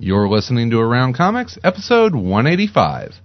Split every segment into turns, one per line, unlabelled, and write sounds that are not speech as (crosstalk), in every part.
You're listening to Around Comics, episode 185.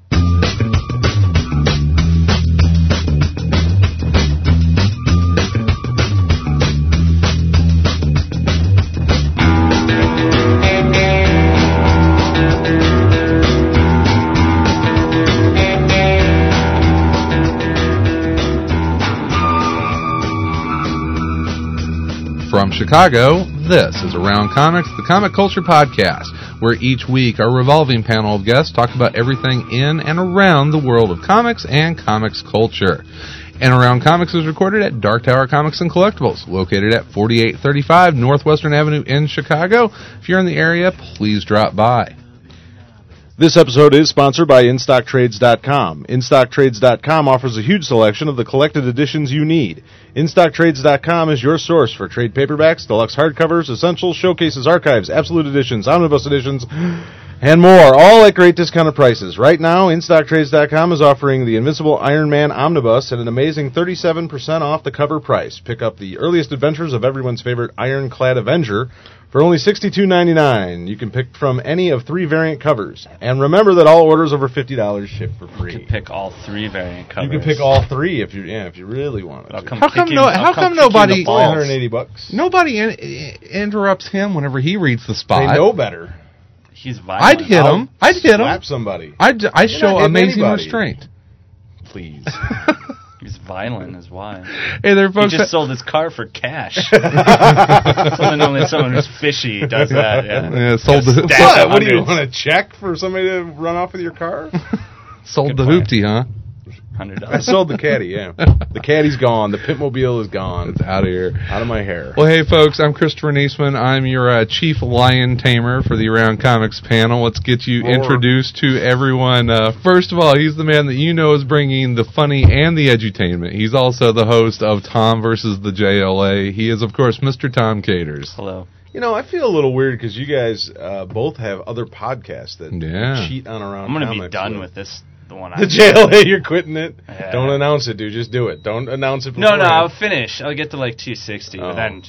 From Chicago, this is Around Comics, the comic culture podcast, where each week our revolving panel of guests talk about everything in and around the world of comics and comics culture. And Around Comics is recorded at Dark Tower Comics and Collectibles, located at 4835 Northwestern Avenue in Chicago. If you're in the area, please drop by.
This episode is sponsored by InStockTrades.com. InStockTrades.com offers a huge selection of the collected editions you need. InStockTrades.com is your source for trade paperbacks, deluxe hardcovers, essentials, showcases, archives, absolute editions, omnibus editions, and more, all at great discounted prices. Right now, InStockTrades.com is offering the Invincible Iron Man Omnibus at an amazing 37% off the cover price. Pick up the earliest adventures of everyone's favorite Ironclad Avenger for only $62.99. You can pick from any of three variant covers. And remember that all orders over $50 ship for free.
You can pick all three variant
You
covers.
can pick all three if you yeah, if you really want to.
I'll come
How come
kicking-
no- how
I'll
come
kicking the
nobody-
balls.
180 bucks.
Nobody in- i- interrupts him whenever he reads the
They
spot.
know better.
He's
I'd
violent.
hit him. I'd hit him.
Slap somebody,
I'd, I'd
You're
show
not hitting
amazing
anybody.
restraint.
please.
(laughs) He's violent, is why.
Hey there,
He
folks.
just sold his car for
(laughs)
cash. Something only (laughs) someone who's fishy does that. Yeah.
Yeah, sold the,
Stack
what?
of
What do you
hundreds.
want to check for somebody to run off with your
(laughs)
car?
sold
Good
the
plan.
hoopty, huh?
Hundred
I
dollars.
sold the caddy. Yeah, (laughs) the caddy's gone. The pitmobile is gone.
It's out of here.
Out of my hair.
Well, hey, folks, I'm Christopher Niesman. I'm your uh, chief lion tamer for the Around Comics panel. Let's get you
Roar.
introduced to everyone. Uh, first of all, he's the man that you know is bringing the funny and the edutainment. He's also the host of Tom versus the JLA. He is, of course, Mr. Tom
(laughs)
Caters.
Hello.
You know, I feel a little weird because you guys uh, both have other podcasts that
Yeah.
cheat on around.
I'm gonna be
Comics
done with this. The one
(laughs)
I.
the JLA. You're quitting it.
Yeah.
Don't announce it, dude. Just do it. Don't announce it.
No, no, I'll
beforehand.
finish. I'll get to like 260,
Oh.
but then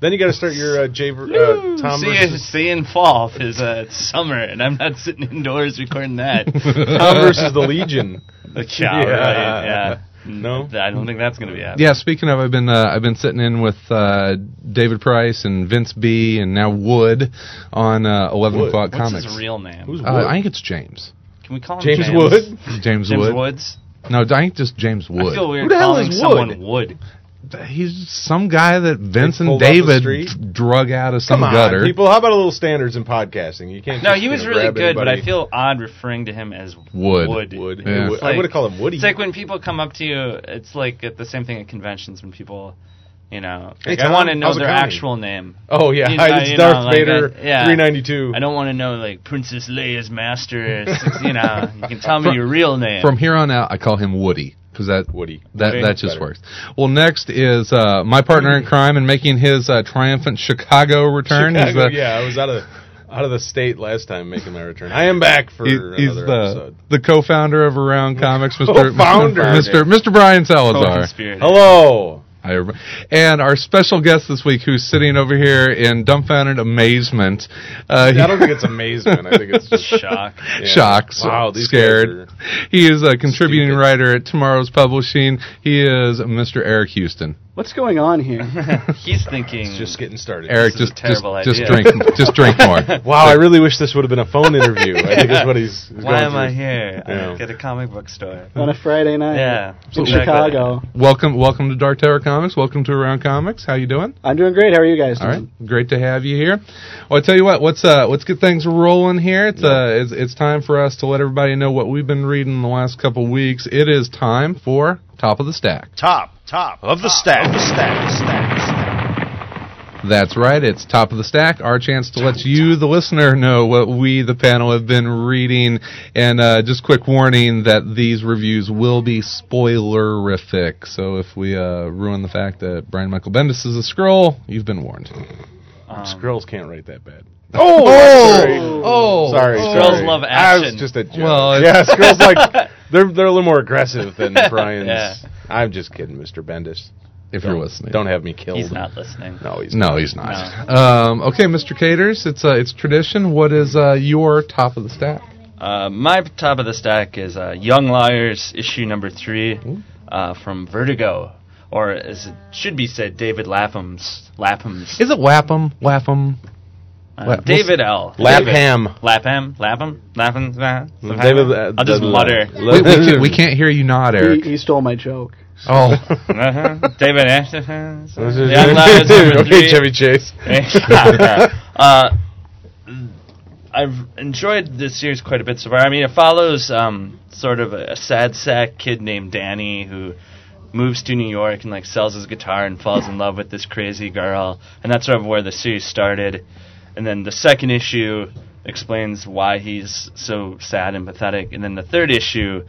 Then you got to start your uh, J. Ver- uh, Tom
see,
versus
see in fall is uh, it's summer, and I'm not sitting indoors
(laughs)
recording
(laughs)
that.
Tom versus
(laughs)
the Legion.
the cow,
Yeah.
right? Yeah.
No?
I don't think that's gonna be happening.
Yeah, speaking of, I've been uh, I've been sitting in with uh, David Price and Vince B and now Wood on uh, eleven
Wood?
o'clock
What's
comics.
his real name?
Who's
uh, I
Wood?
think it's James.
Can we call him
James Wood.
James,
James
Wood.
Woods.
No, I think just James Wood.
I feel weird
Who the hell
calling
is Wood?
someone Wood.
He's some guy that Vince and
pulled off the
David
street?
d- drug out of some
Come on,
gutter.
people. How about a little standards in podcasting? You can't.
No,
just,
he
you
was
know,
really
grab
good, but I
anybody.
feel odd referring to him as
Wood.
Wood.
Wood.
Yeah.
Wood. I
Like-
would have called him Woody.
It's like when people come up to you. It's like at the same thing at conventions when people, you know,
Hey,
like, I
Tom,
want to know
how's it
their
going?
actual name.
(laughs) oh yeah,
you know,
it's
you know,
Darth
like,
Vader.
I- yeah.
Three ninety two.
I don't want to know like Princess Leia's master. It's-
(laughs)
it's, you know, you can tell me your real name.
From here on out, I call him Woody because that
Woody.
that
Woody.
that just
Better.
works. Well, next is uh, my partner in crime and making his uh, triumphant Chicago return. He's
Chicago,
the-
yeah, I was out of out of the state last time making my return. I am back for
he-
another
he's the
episode.
the co-founder of Around Comics, Mr.
(laughs)
(laughs)
Co-founder.
Mr. Mr. Brian Salazar.
Co-conspirator.
Hello.
I rem- and our special guest this week, who's sitting over here in dumbfounded amazement. Uh, he-
I don't think it's amazement. I think
(laughs)
it's just
Shock. (laughs)
yeah.
Shocked,
Wow, these
scared.
guys are-
He is a contributing
Stupid.
writer at Tomorrow's Publishing. He is Mr. Eric Houston.
What's going
(laughs)
on here?
He's thinking.
it's just getting started.
Eric,
is a
just just,
terrible
just
idea.
drink
(laughs)
just drink more.
Wow, I really wish this would have been a phone interview. I think is what he's. he's
(laughs) Why
going
am I
through.
here?
Yeah.
I'm at a comic book store.
on a Friday night.
Yeah,
In
exactly.
Chicago.
welcome welcome to Dark Tower Comics. Welcome to Around Comics. How you doing?
I'm doing great. How are you guys
All
doing?
right, great to have you here. Well, I tell you what, let's uh, let's get things rolling here. It's uh, it's, it's time for us to let everybody know what we've been reading the last couple weeks. It is time for top of the stack.
top, top of the stack, of the stack, stack, stack.
That's right. It's top of the stack. Our chance to let you, the listener, know what we, the panel, have been reading. And uh, just quick warning that these reviews will be spoilerific. So if we uh, ruin the fact that Brian Michael Bendis is a scroll, you've been warned.
(laughs) Um,
Girls can't write that bad. Oh, sorry.
Oh,
sorry,
oh.
sorry.
Girls love
I was
action.
just a joke.
Well, it's-
yes,
(laughs)
girls like they're they're a little more aggressive than Brian's.
Yeah.
I'm just kidding, Mr. Bendis.
if
Don't-
you're listening.
Don't have me killed.
He's not listening.
No, he's
No, he's not. Um, okay, Mr. Caters, it's uh, it's tradition. What is uh, your top of the stack?
Uh, my top of the stack is uh, Young Liars issue number three
Ooh.
uh, from Vertigo, or as it should be said, David Lapham's Lapham's
Is it Wapham? Wapham?
uh,
Lap-
David L.
Lapham.
Lapham Lapham Lapham. Lapham?
David, uh,
I'll just
David
mutter.
Lapham.
Wait, we, can, we can't hear you nod,
(laughs)
He,
Eric.
he stole my joke.
Oh,
Uh-huh. David Ashton.
(laughs)
Young Liars number
okay,
three.
Chevy Chase.
(laughs) uh, I've enjoyed this series quite a bit so far. I mean, it follows um, sort of a, a sad sack kid named Danny who moves to New York and like sells his guitar and falls in love with this crazy girl, and that's sort of where the series started. And then the second issue explains why he's so sad and pathetic, and then the third issue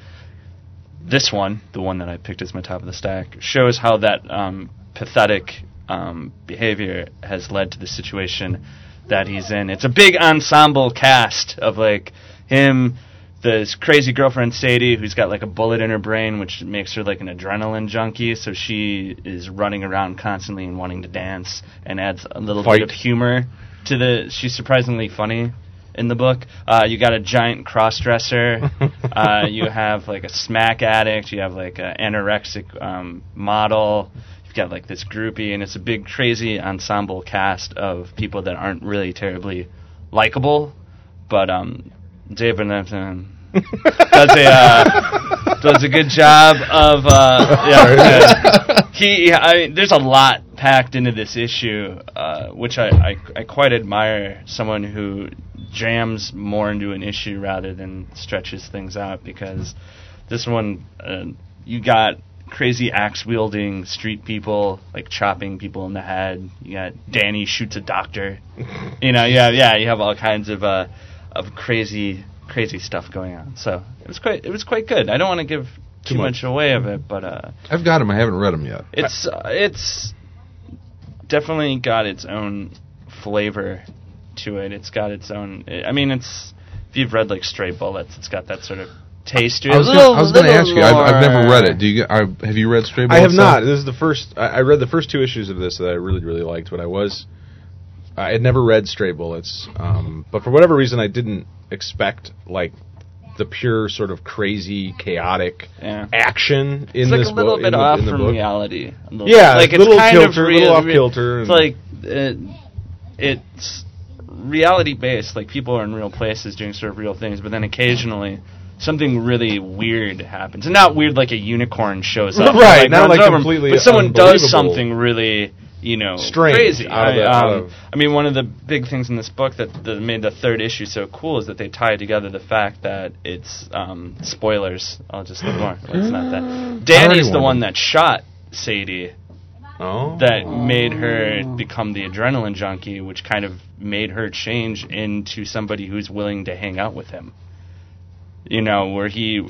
this one, the one that I picked as my top of the stack, shows how that um, pathetic um, behavior has led to the situation that he's in. It's a big ensemble cast of like him, this crazy girlfriend Sadie, who's got like a bullet in her brain, which makes her like an adrenaline junkie. So she is running around constantly and wanting to dance, and adds a little
Fight.
bit of humor to the. She's surprisingly funny in the book. Uh, you got a giant cross dresser. uh, you have like a smack addict. You have like an anorexic um, model. You've got like this groupie, and it's a big crazy ensemble cast of people that aren't really terribly likable. But um, David Lampton does a uh, does a good job of uh, yeah,
(laughs)
yeah. He, I, there's a lot packed into this issue, uh, which I, I, I quite admire someone who jams more into an issue rather than stretches things out because this one uh, you got crazy axe wielding street people like chopping people in the head. You got Danny shoots a doctor.
(laughs)
You know, yeah, yeah, you have all kinds of uh, of crazy crazy stuff going on. So it was quite it was quite good. I don't want to give too, much. away of it, but uh,
I've got him. I haven't read him yet.
it's uh, it's definitely got its own flavor to it. It's got its own. I mean, it's if you've read like Stray Bullets, it's got that sort of taste to it.
I was
A
gonna,
little-
I was gonna
little
ask you. I've, I've never
more-
read it. Do you? I, have you read Stray
I
Bullets?
have not. This is the first. I, I read the first two issues of this that I really, really liked. But I was, I had never read Stray Bullets, um, but for whatever reason, I didn't expect like the pure sort of crazy, chaotic
Yeah.
action in
It's like
this
a little
book-
bit
in the-
off
in the
from
book.
reality. A little-
Yeah,
like
it's
it's
little
kind
kilter,
of
a
real,
little off
real-
kilter
It's
and-
like it, it's reality based. Like people are in real places doing sort of real things, but then occasionally something really weird happens, and not weird like a unicorn shows up,
(laughs)
and,
Right,
Like,
not
runs
like
over 'em,
completely
but someone does
unbelievable.
something really. You know,
Strange,
crazy.
out of
I,
the- out
um,
of-
I mean, one of the big things in this book that, that made the third issue so cool is that they tied together the fact that it's um, spoilers. I'll just ignore. It's not that. Danny's the
wondered.
one that shot Sadie,
Oh.
that made her become the adrenaline junkie, which kind of made her change into somebody who's willing to hang out with him. You know, where he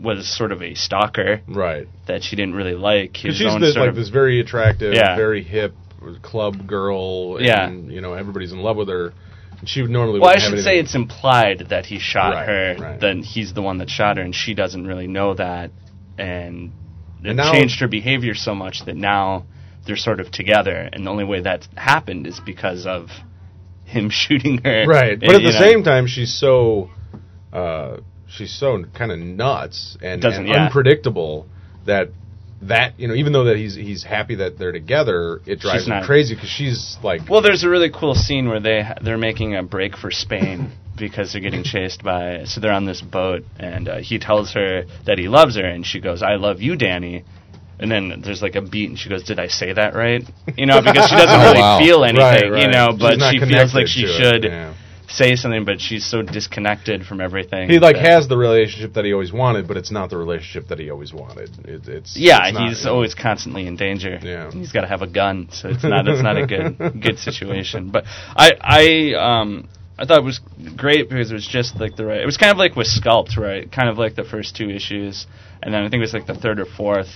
was sort of a stalker
right.
that she didn't really like.
Because
His
she's
own
this,
sort
like
of-
this very attractive,
Yeah.
very hip club girl.
Yeah.
And, you know, everybody's in love with her. She would normally.
Well, I
wouldn't have
should say
anything-
it's implied that he shot
Right,
her.
right.
Then he's the one that shot her, and she doesn't really know that, and it
And now-
changed her behavior so much that now they're sort of together. And the only way that's happened is because of him (laughs) shooting her.
right. But
And,
at
you
the
know,
same time, she's so uh, she's so kind of nuts and,
Doesn't-
and
yeah.
unpredictable that that you know even though that he's he's happy that they're together, it drives
She's
him
not-
crazy because she's like
Well, there's a really cool scene where they they're making a break
(laughs)
for Spain because they're getting chased by. So they're on this boat, and uh, he tells her that he loves her, and she goes, "I love you, Danny." And then there's like a beat, and she goes, "Did I say that right?" You know, (laughs) because
(laughs)
she doesn't
Oh,
really
wow.
feel
right,
anything,
right.
you know,
She's
but
not
she feels like
connected
she
to it,
should
yeah.
say something, but she's so disconnected from everything.
He like
that-
has the relationship that he always wanted, but it's not the relationship that he always wanted. It, it's
Yeah,
it's not-
he's always constantly in danger.
Yeah.
he's got to have a gun, so it's not it's not
(laughs)
a good good situation. But I I um I thought it was great because it was just like the right. It was kind of like with Sculpt, right? Kind of like the first two issues, and then I think it was like the third or fourth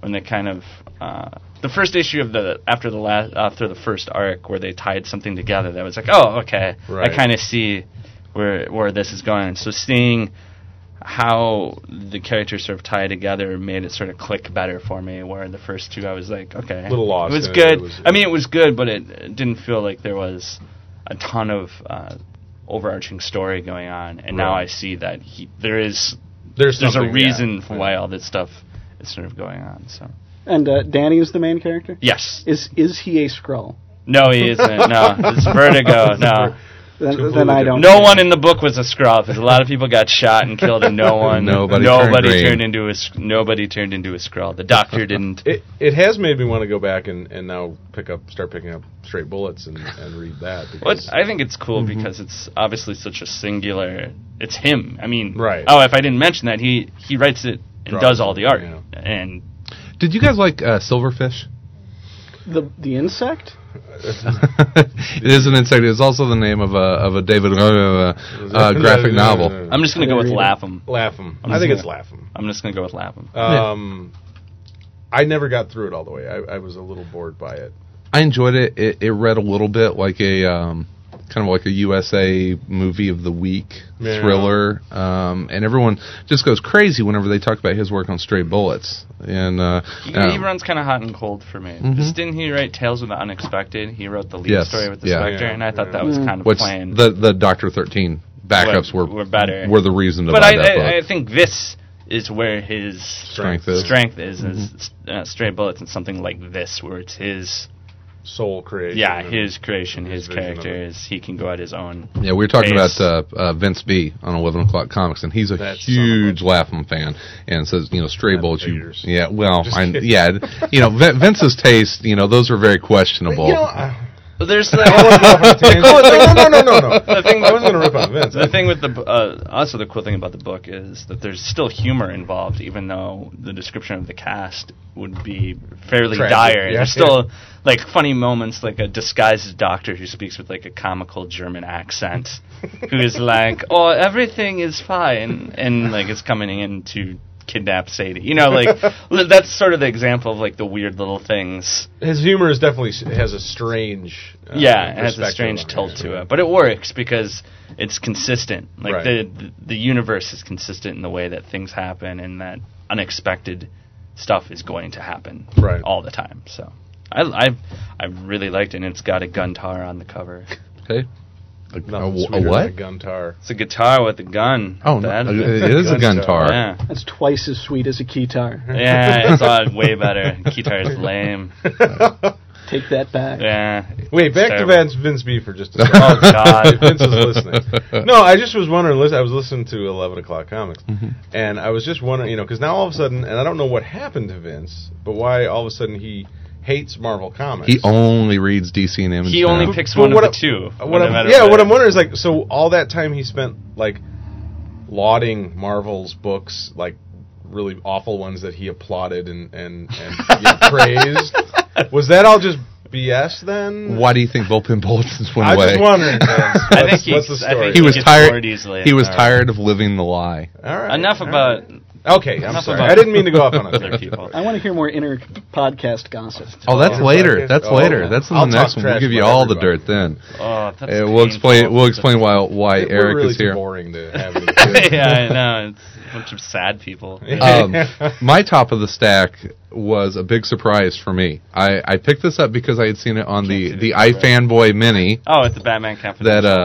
when they kind of uh, the first issue of the after the last after the first arc where they tied something together that was like oh okay
Right.
I kind of see where where this is going. So seeing how the characters sort of tie together made it sort of click better for me. Where the first two, I was like, okay,
Little lost
It was
in it,
good.
it was-
I mean, it was good, but it, it didn't feel like there was a ton of uh, overarching story going on. And now
Right.
I see that he, there is
There's
there's a
something,
reason
yeah.
for
(laughs)
why all this stuff is sort of going on. So
And uh, Danny is the main character.
yes,
Is is he a Skrull?
no, he
(laughs)
isn't. No, it's Vertigo. No,
Then,
Completely
then I don't.
different.
no one in the book was a scroll because a lot of people got shot and killed,
(laughs)
and no one,
Nobody turned
nobody
green.
turned into a, s- nobody turned into a scroll. The doctor didn't.
(laughs)
It it has made me want to go back and, and now pick up start picking up straight bullets and, and read that.
Well,
because- (laughs)
it's- I think it's cool
Mm-hmm.
because it's obviously such a singular. It's him. I mean,
Right.
Oh, if I didn't mention that, he he writes it and
Draws
does
it,
all the art.
yeah.
And
Did you guys like uh, Silverfish?
The the insect.
(laughs) it is an insect. It's also the name of a of a David uh, uh, graphic novel.
I'm just gonna go with
Read it.
Lapham.
Lapham.
I'm
I think
just
it's Lapham.
I'm just gonna go with Lapham.
Um, I never got through it all the way. I, I was a little bored by it.
I enjoyed it. It, it read a little bit like a um, kind of like a USA movie of the week
Yeah.
thriller, um, and everyone just goes crazy whenever they talk about his work on Stray Bullets. And uh,
He, he
um,
runs kind of hot and cold for me. Just didn't he write Tales of the Unexpected? He wrote the lead
Mm-hmm. Yes,
story with the
yeah.
Spectre,
Yeah,
and I thought
yeah.
that was
Mm.
kind of
which
plain.
the the Doctor Thirteen backups were
Were- were better.
were the reason to
but
buy
I,
that book.
I, I think this is where his
Strength is.
strength is, is uh, Stray Bullets and something like this, where it's his
Soul creation.
yeah
and-
his creation, his,
his vision of
character is he can go at his own.
Yeah, we were talking
Ace.
about uh, uh, Vince B on Eleven O'clock Comics, and he's a
That son of a-
huge Lapham fan, and says you know Stray
That
Bullets. You,
figures.
yeah, well,
Just
I,
kidding.
yeah, you know Vin- Vince's taste, you know those are very
You
questionable.
know, uh,
(laughs)
I,
But there's
I
the,
wasn't off on (laughs) a tangent. no, no, no, no, no.
Oh, (laughs) the thing.
I wasn't gonna rip on Vince.
The thing with the uh, also the cool thing about the book is that there's still humor involved, even though the description of the cast would be fairly
Tragic,
dire.
yeah.
There's still like funny moments, like a disguised doctor who speaks with like a comical
(laughs)
German accent, who is like, "Oh, everything is fine," and like is coming in to kidnap Sadie. You know, like
(laughs)
li- that's sort of the example of like the weird little things.
His humor is definitely s- has a strange. Uh,
yeah, it has a
perspective
strange
on
tilt to it, but it works because it's consistent. Like
Right.
the the the universe is consistent in the way that things happen and that unexpected stuff is going to happen
Right.
all the time. So I I I really liked it. and It's got a guntar on the cover.
okay, a, a,
Nothing
wh- a
sweeter
what?
Than a guntar.
It's a guitar with a gun.
Oh, no,
That-
uh, it is a
Gun
Guntar. (laughs)
Yeah.
That's twice as sweet as a
(laughs)
keytar.
Yeah, it's all way better. Guitar is lame.
Take that back.
Yeah.
Wait,
It's
back
terrible.
to Vince, Vince B for just a second.
Oh God.
Vince is
(laughs)
listening. No, I just was wondering. lis- I was listening to Eleven O'clock Comics, and I was just wondering, you know, because now all of a sudden, and I don't know what happened to Vince, but why all of a sudden he hates Marvel Comics?
He only reads DC and Image.
He
now.
only picks
But
one of
what
the
I-
two.
Uh, What
no
I'm,
matter
yeah, what
it
I'm
is.
wondering is like, so all that time he spent like lauding Marvel's books, like really awful ones that he applauded and and, and you
(laughs)
know, praised. Was that all just BS then?
Why do you think Bullpen Bulletins went
I
away? (laughs)
just wondering. Vince, what's,
I think
what's the
he's- I think
story?
He was
Gets
tired.
bored easily.
He was
All right.
tired of living the lie.
All right.
Enough
all
about
right. Okay, I'm
enough
sorry.
about
I didn't mean to go off (laughs) on a
other
tangent.
people.
I want to hear more inner podcast gossip.
Oh, that's
Oh,
later.
okay.
That's
Oh,
later.
okay.
That's in
I'll
the next
talk
one. We'll
trash
give you
about
all
everybody.
the dirt then.
(laughs) Oh, that's
Uh, we'll explain. We'll explain why why
We're
Eric
really
is here.
boring to have. in the
(laughs) yeah, I know. It's a bunch of
(laughs)
sad people.
(laughs) um,
(laughs)
my top of the stack was a big surprise for me. I, I picked this up because I had seen it on the
Can't see
the
the
iFanboy Mini
oh, it's the Batman Confidential.
that uh,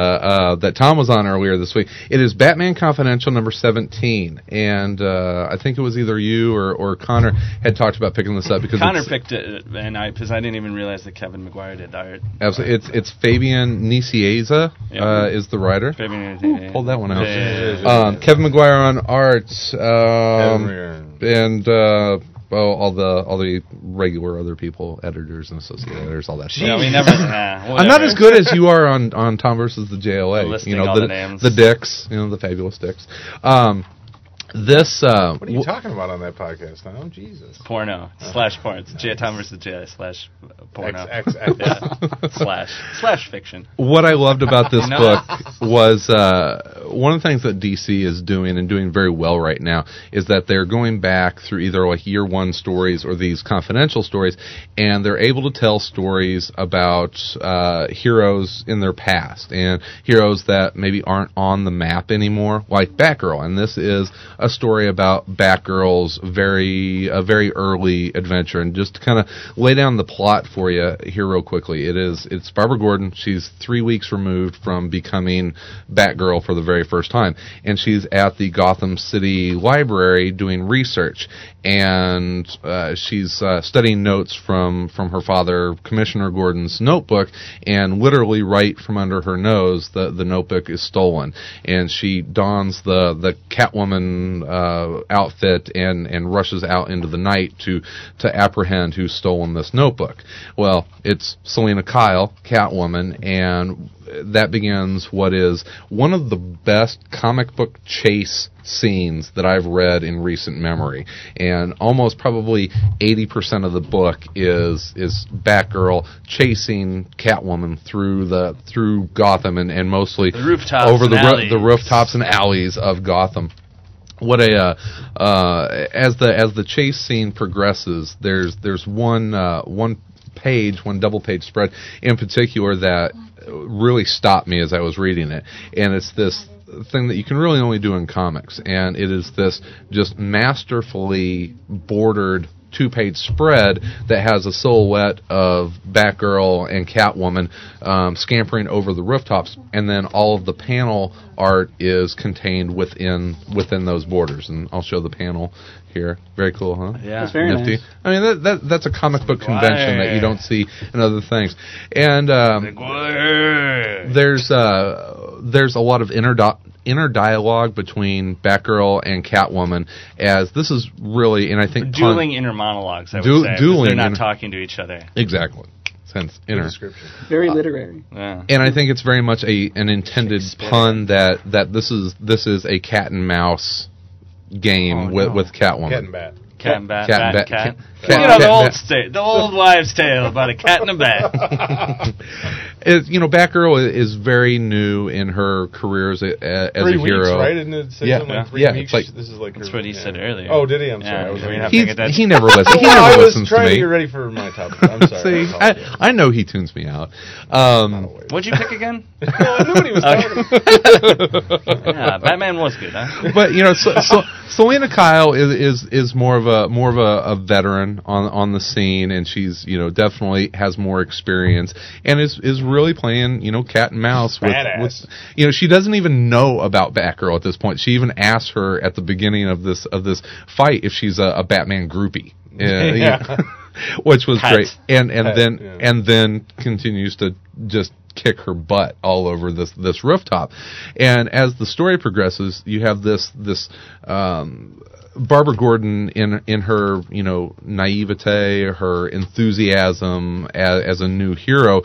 uh that Tom was on earlier this week. It is Batman Confidential number seventeen, and uh, I think it was either you or, or Connor had talked about picking this up because
Connor
it's,
picked it, and I because I didn't even realize that Kevin McGuire did the art.
absolutely it's it's Fabian Nicieza
Yeah.
uh, is the writer.
Fabian-
Pulled that one out.
Yeah, yeah, yeah.
Um, Kevin McGuire on art. Um, and uh, oh, all the all the regular other people, editors and associate editors, all that.
No,
Stuff.
we
(laughs)
never. nah,
I'm not
whatever.
as good as you are on, on Tom versus the
The
JLA.
listing
You know
all
the
the names.
dicks, you know the fabulous dicks. Um, this uh,
what are you talking about on that podcast now? Jesus.
Porno slash porn. It's J Tom versus J slash porno.
X, X,
(laughs)
X.
(laughs) Yeah. slash slash fiction.
what I loved about this
No.
book was uh, one of the things that DC is doing and doing very well right now is that they're going back through either like year one stories or these confidential stories, and they're able to tell stories about uh, heroes in their past and heroes that maybe aren't on the map anymore, like Batgirl. And this is a story about Batgirl's very a very early adventure. And just to kind of lay down the plot for you here real quickly, it is it's Barbara Gordon. She's three weeks removed from becoming Batgirl for the very first time, and she's at the Gotham City Library doing research, and uh, she's uh, studying notes from from her father, Commissioner Gordon's notebook, and literally right from under her nose, the the notebook is stolen, and she dons the the Catwoman uh, outfit and and rushes out into the night to to apprehend who's stolen this notebook. Well, it's Selena Kyle, Catwoman, and that begins what is one of the best comic book chase scenes that I've read in recent memory. And almost probably 80% of the book is is Batgirl chasing Catwoman through the through Gotham and, and mostly
The rooftops
over the
and
roo- the
alleys.
rooftops and alleys of Gotham what a uh, uh, as the as the chase scene progresses, there's there's one uh, one page, one double page spread in particular that really stopped me as I was reading it, and it's this thing that you can really only do in comics, and it is this just masterfully bordered two page spread that has a silhouette of Batgirl and Catwoman um, scampering over the rooftops, and then all of the panel art is contained within within those borders. And I'll show the panel here. Very cool, huh?
Yeah.
That's very
Nifty.
nice.
I mean, that, that that's a comic book convention that you don't see in other things. And um, there's uh there's a lot of inner di- inner dialogue between Batgirl and Catwoman as this is really and I think pun-
Dueling inner monologues, I would
Du-
say. 'cause
dueling
They're not
inner-
talking to each other.
exactly since inner
uh,
Very literary.
Yeah.
and I think it's very much a an intended
Shakespeare.
pun that that this is this is a cat and mouse game
Oh,
with
no.
with Catwoman.
Cat and bat.
Cat and bat,
Cat and
bat,
bat- cat-
cat.
cat-
you know,
cat
the
and
old,
bat.
sta- the old wives' tale about a cat and a bat.
(laughs)
It, you know, Batgirl i- is very new in her career as a, a- as
three
a
weeks,
hero.
right? Isn't it say
Yeah.
something like three
Yeah, it's
weeks?
like-
this is like
That's
her-
what he
yeah.
said earlier.
Oh, did he? I'm sorry.
Yeah,
I was
we
reading.
have-
He's,
think that's-
he never
(laughs)
listens. He
Well,
never
I was
listens to
trying to,
me.
get ready for my topic.
(laughs)
I'm sorry.
See,
I apologize.
I, I know he tunes me out. Um,
What'd you pick again?
(laughs) No, I knew what he was
Okay.
talking
(laughs)
about.
yeah, Ah, Batman was good, huh?
but you know, so,
(laughs)
so, Selena Kyle is, is is more of a more of a, a veteran on on the scene, and she's you know definitely has more experience, and is is really playing you know cat and mouse with,
Badass.
with you know she doesn't even know about Batgirl at this point. She even asks her at the beginning of this of this fight if she's a, a Batman groupie. Uh, you
(laughs) Yeah.
know, (laughs) Which was
Pet.
great, and and
Pet,
then
yeah.
and then continues to just kick her butt all over this this rooftop. And as the story progresses, you have this this um, Barbara Gordon in in her you know naivete, her enthusiasm as, as a new hero,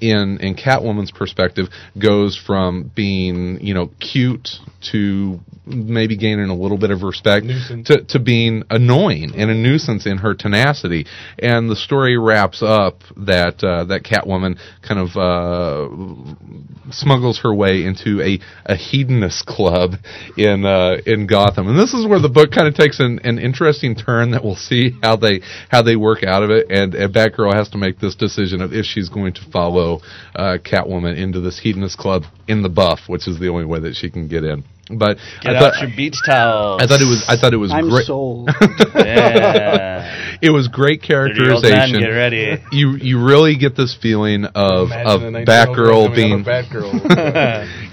in in Catwoman's perspective, goes from being you know cute to maybe gaining a little bit of respect
Nuisance.
to to being annoying and a nuisance in her tenacity. And the story wraps up that uh, that Catwoman kind of uh, smuggles her way into a, a hedonist club in uh, in Gotham. And this is where the book kind of takes an, an interesting turn that we'll see how they how they work out of it. And, and Batgirl has to make this decision of if she's going to follow uh, Catwoman into this hedonist club in the buff, which is the only way that she can get in. But
Get
I thought,
out your beach towel.
I thought it was I thought it was
I'm
great
(laughs)
sold.
(laughs)
Yeah.
it was great
Thirty-year-old man,
characterization.
get ready.
You you really get this feeling of
Imagine a
of
19-year-old
Batgirl
coming
being
out of Batgirl.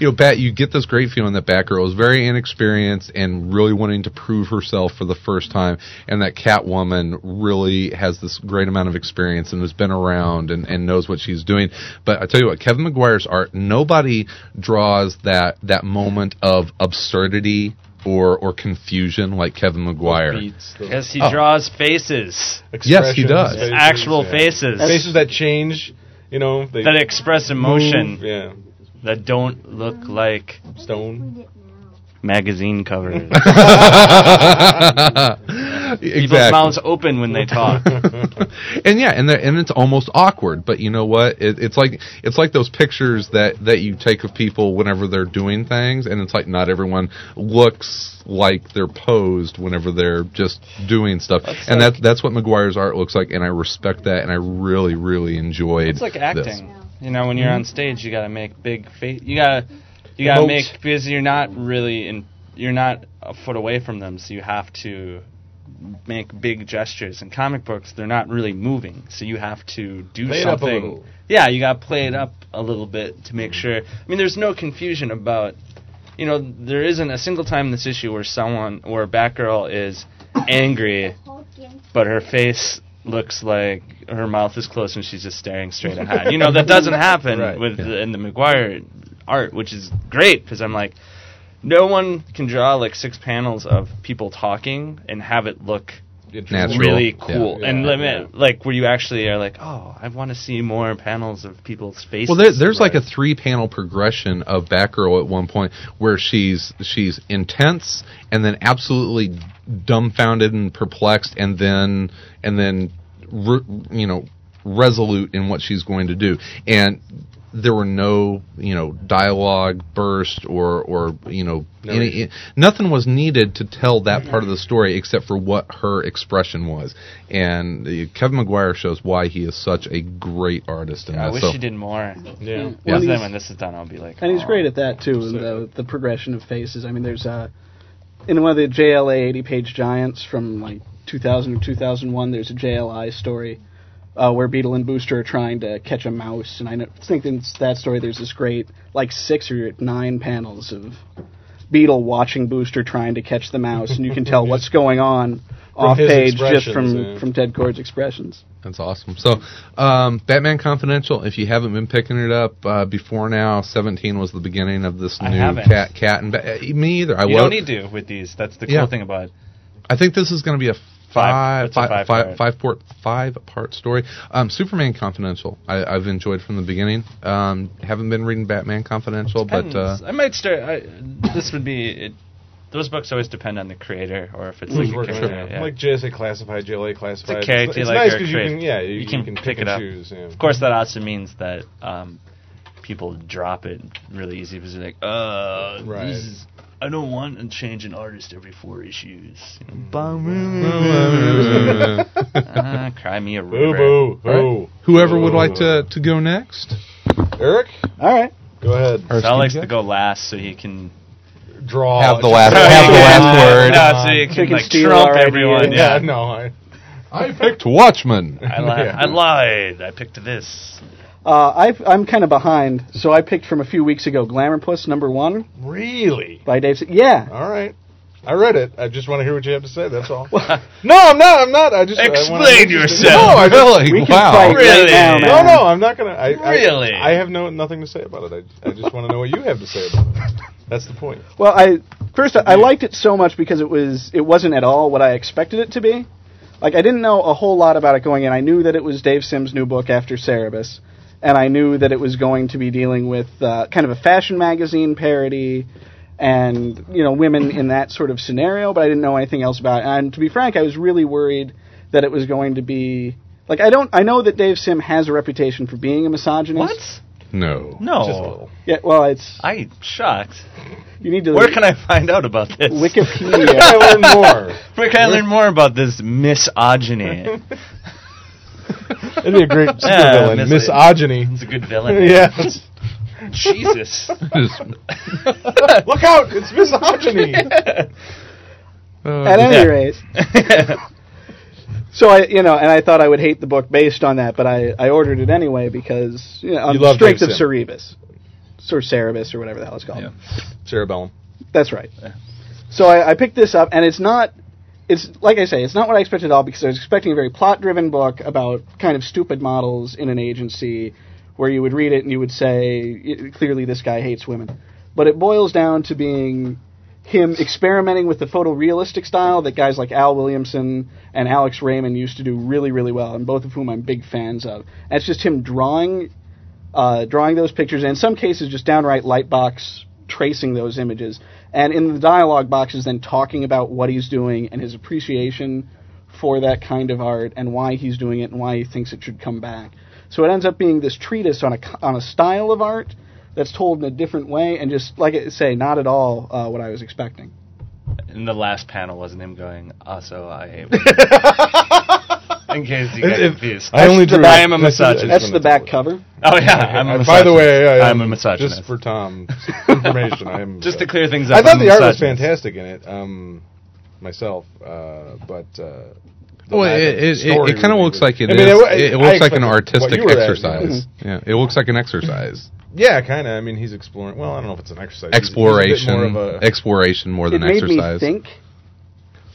(laughs) you know Bat you get this great feeling that Batgirl is very inexperienced and really wanting to prove herself for the first time, and that Catwoman really has this great amount of experience and has been around and, and knows what she's doing. But I tell you what, Kevin McGuire's art nobody draws that that moment of absurdity. Or, or confusion like Kevin
(laughs)
McGuire.
uh, Beats the
Because he
Oh.
draws faces.
Yes, he
expressions,
does.
faces,
actual
yeah.
faces.
Faces that change, you know, they
That express emotion
move, Yeah,
that don't look like
stone.
magazine
(laughs)
covers.
exactly.
People's mouths open when they talk.
(laughs) and yeah, and the, and it's almost awkward. But you know what? It, it's like it's like those pictures that that you take of people whenever they're doing things, and it's like not everyone looks like they're posed whenever they're just doing stuff. and that's that's what McGuire's art looks like, and I respect that, and I really really enjoyed.
It's like
this.
acting. You know, when you're
Hmm?
on stage, you gotta make big face. You gotta, you gotta
Emote.
make because you're not really in. You're not a foot away from them, so you have to make big gestures. In comic books, they're not really moving, so you have to do
Play it up a
something.
little.
Yeah, you gotta play it up a little bit to make sure. I mean, there's no confusion about. You know, there isn't a single time in this issue where someone, where Batgirl is angry but her face looks like her mouth is closed and she's just staring straight ahead. You know that (laughs) doesn't happen
Right.
with the, in the McGuire art, which is great because I'm like, no one can draw like six panels of people talking and have it look
Natural.
really
yeah.
cool
Yeah,
and
yeah.
limit like where you actually are like, oh, I want to see more panels of people's faces.
Well, there, there's like
Right.
a three-panel progression of Batgirl at one point where she's she's intense and then absolutely dumbfounded and perplexed, and then and then re, you know resolute in what she's going to do, and there were no you know dialogue burst or or you know any, nothing was needed to tell that part of the story except for what her expression was, and uh, Kevin McGuire shows why he is such a great artist. In
I
that.
wish
So-
she did more.
Yeah.
Yeah.
Because
When
then
he's-
when this is done, I'll be like,
And he's
"Oh."
great at that too, in the the progression of faces. I mean, there's uh, in one of the JLA 80 page giants from like 2000 or 2001. There's a JLI story uh, where Beetle and Booster are trying to catch a mouse, and I know, think in that story there's this great like six or nine panels of Beetle watching Booster trying to catch the mouse, and you can
(laughs)
tell what's going on off
his
page just from
expressions, yeah.
from Ted Kord's expressions.
That's awesome. So, um, Batman Confidential. If you haven't been picking it up uh, before now, seventeen was the beginning of this
I
new
haven't.
cat. Cat and ba- uh, me either. I
You
was.
don't need to with these. That's the cool
Yeah.
thing about
I think this is going to be a
Five.
five
It's a
five-
five-part.
five- five port- five part story. Um, Superman Confidential. I, I've enjoyed from the beginning. Um, haven't been reading Batman Confidential, but uh,
Depends. I might start. I, this would be. It, those books always depend on the creator, or if it's like a
Working
character.
out.
Mm. yeah.
Like JSA classified, JLA classified.
character
it's
like
nice
or
because you
create-
can, yeah, you,
you
you
can
can
pick
pick
it
and
up.
choose.
(laughs)
Yeah.
of course, that also means that um, people drop it really easy because they're like, uh,
Right.
this is, I don't want to change an artist every four issues. You know,
uh, (laughs)
ah, cry me a
Boo
river.
boo.
All right.
boo.
Whoever would
Boo.
like to, to go next?
Eric,
All right.
go ahead.
Or
Sal likes
Steve?
to go last so he can
Draw.
Have the last-
Draw.
have the last word.
No, so he
So
can,
he can
like
steal
trump
our
everyone.
idea.
Yeah,
(laughs) Yeah, no. I,
I picked Watchmen.
I, li-
Yeah.
I lied. I picked this. (laughs)
Uh, I've, I'm kind of behind, so I picked from a few weeks ago Glamourpuss number one
really?
by Dave. Sa- yeah,
All right. I read it. I just want to hear what you have to say. That's
(laughs)
all. no, I'm not. I'm not. I just I wanna-
Explain yourself.
No, I (laughs) feel like
we can
wow.
fight
Really?
right now,
No,
man.
no, I'm not gonna. I, I-
Really?
I, have no nothing to say about it. I, I just want to know what you have to say about it. That's the point.
Well, I first I liked it so much because it was it wasn't at all what I expected it to be. Like I didn't know a whole lot about it going in. I knew that it was Dave Sims' new book after Cerebus, and I knew that it was going to be dealing with uh, kind of a fashion magazine parody and you know women in that sort of scenario. But I didn't know anything else about it. And to be frank, I was really worried that it was going to be like I don't I know that Dave Sim has a reputation for being a misogynist.
What?
No. (laughs)
No.
Just a little.
Yeah. Well, it's
I shocked.
you need to
Where can I find out about
(laughs)
this?
Wikipedia. (laughs)
I learn more.
(laughs) Where can I learn more about this misogyny?
That'd be a (laughs) great
Yeah,
villain.
mis-
Misogyny.
He's a good
(laughs)
villain.
yeah.
(laughs)
(laughs)
Jesus.
Look out! It's
(laughs)
misogyny.
Oh,
At any
Yeah.
rate, so I, you know, and I thought I would hate the book based on that, but I, I ordered it anyway because you know, on
You
the
love
strength
Dave
of
Sim.
Cerebus, or Cerebus, or whatever the hell it's called.
Yeah.
Cerebellum.
That's right. So I, I picked this up, and it's not. It's like I say, it's not what I expected at all because I was expecting a very plot-driven book about kind of stupid models in an agency, where you would read it and you would say, "Y- clearly this guy hates women. But it boils down to being him experimenting with the photorealistic style that guys like Al Williamson and Alex Raymond used to do really, really well, and both of whom I'm big fans of. And it's just him drawing uh, drawing those pictures, and in some cases, just downright lightbox tracing those images. And in the dialogue boxes, then talking about what he's doing and his appreciation for that kind of art and why he's doing it and why he thinks it should come back. So it ends up being this treatise on a co- on a style of art that's told in a different way and just like I say, not at all uh, what I was expecting.
And the last panel wasn't him going, also, I hate
(laughs) I
In case you
If-
get
if-
confused.
I only drew.
I am a
That's-
misogynist.
that's-
That's the back cover.
oh, yeah. I'm a
By the
misogynist.
way, I am-
I'm a misogynist.
Just for
(laughs)
Tom's information, I am.
Just
uh,
to clear things up.
I thought
I'm a
the art was
misogynist.
fantastic in it. Um, myself, uh, but. Uh, the
Well,
lack
it,
of
it, it,
story
kind of
really
looks
was-
like it
I mean,
is-
wa-
It, it
I
looks like
expected
an
what
artistic
you were asking.
exercise.
Mm-hmm.
Yeah, it looks like an exercise.
Yeah, kind of. I mean, he's exploring. Well, I don't know if it's an exercise. He's- he's a bit more
Exploration,
of a-
exploration more than
it made
exercise. (laughs)
me think.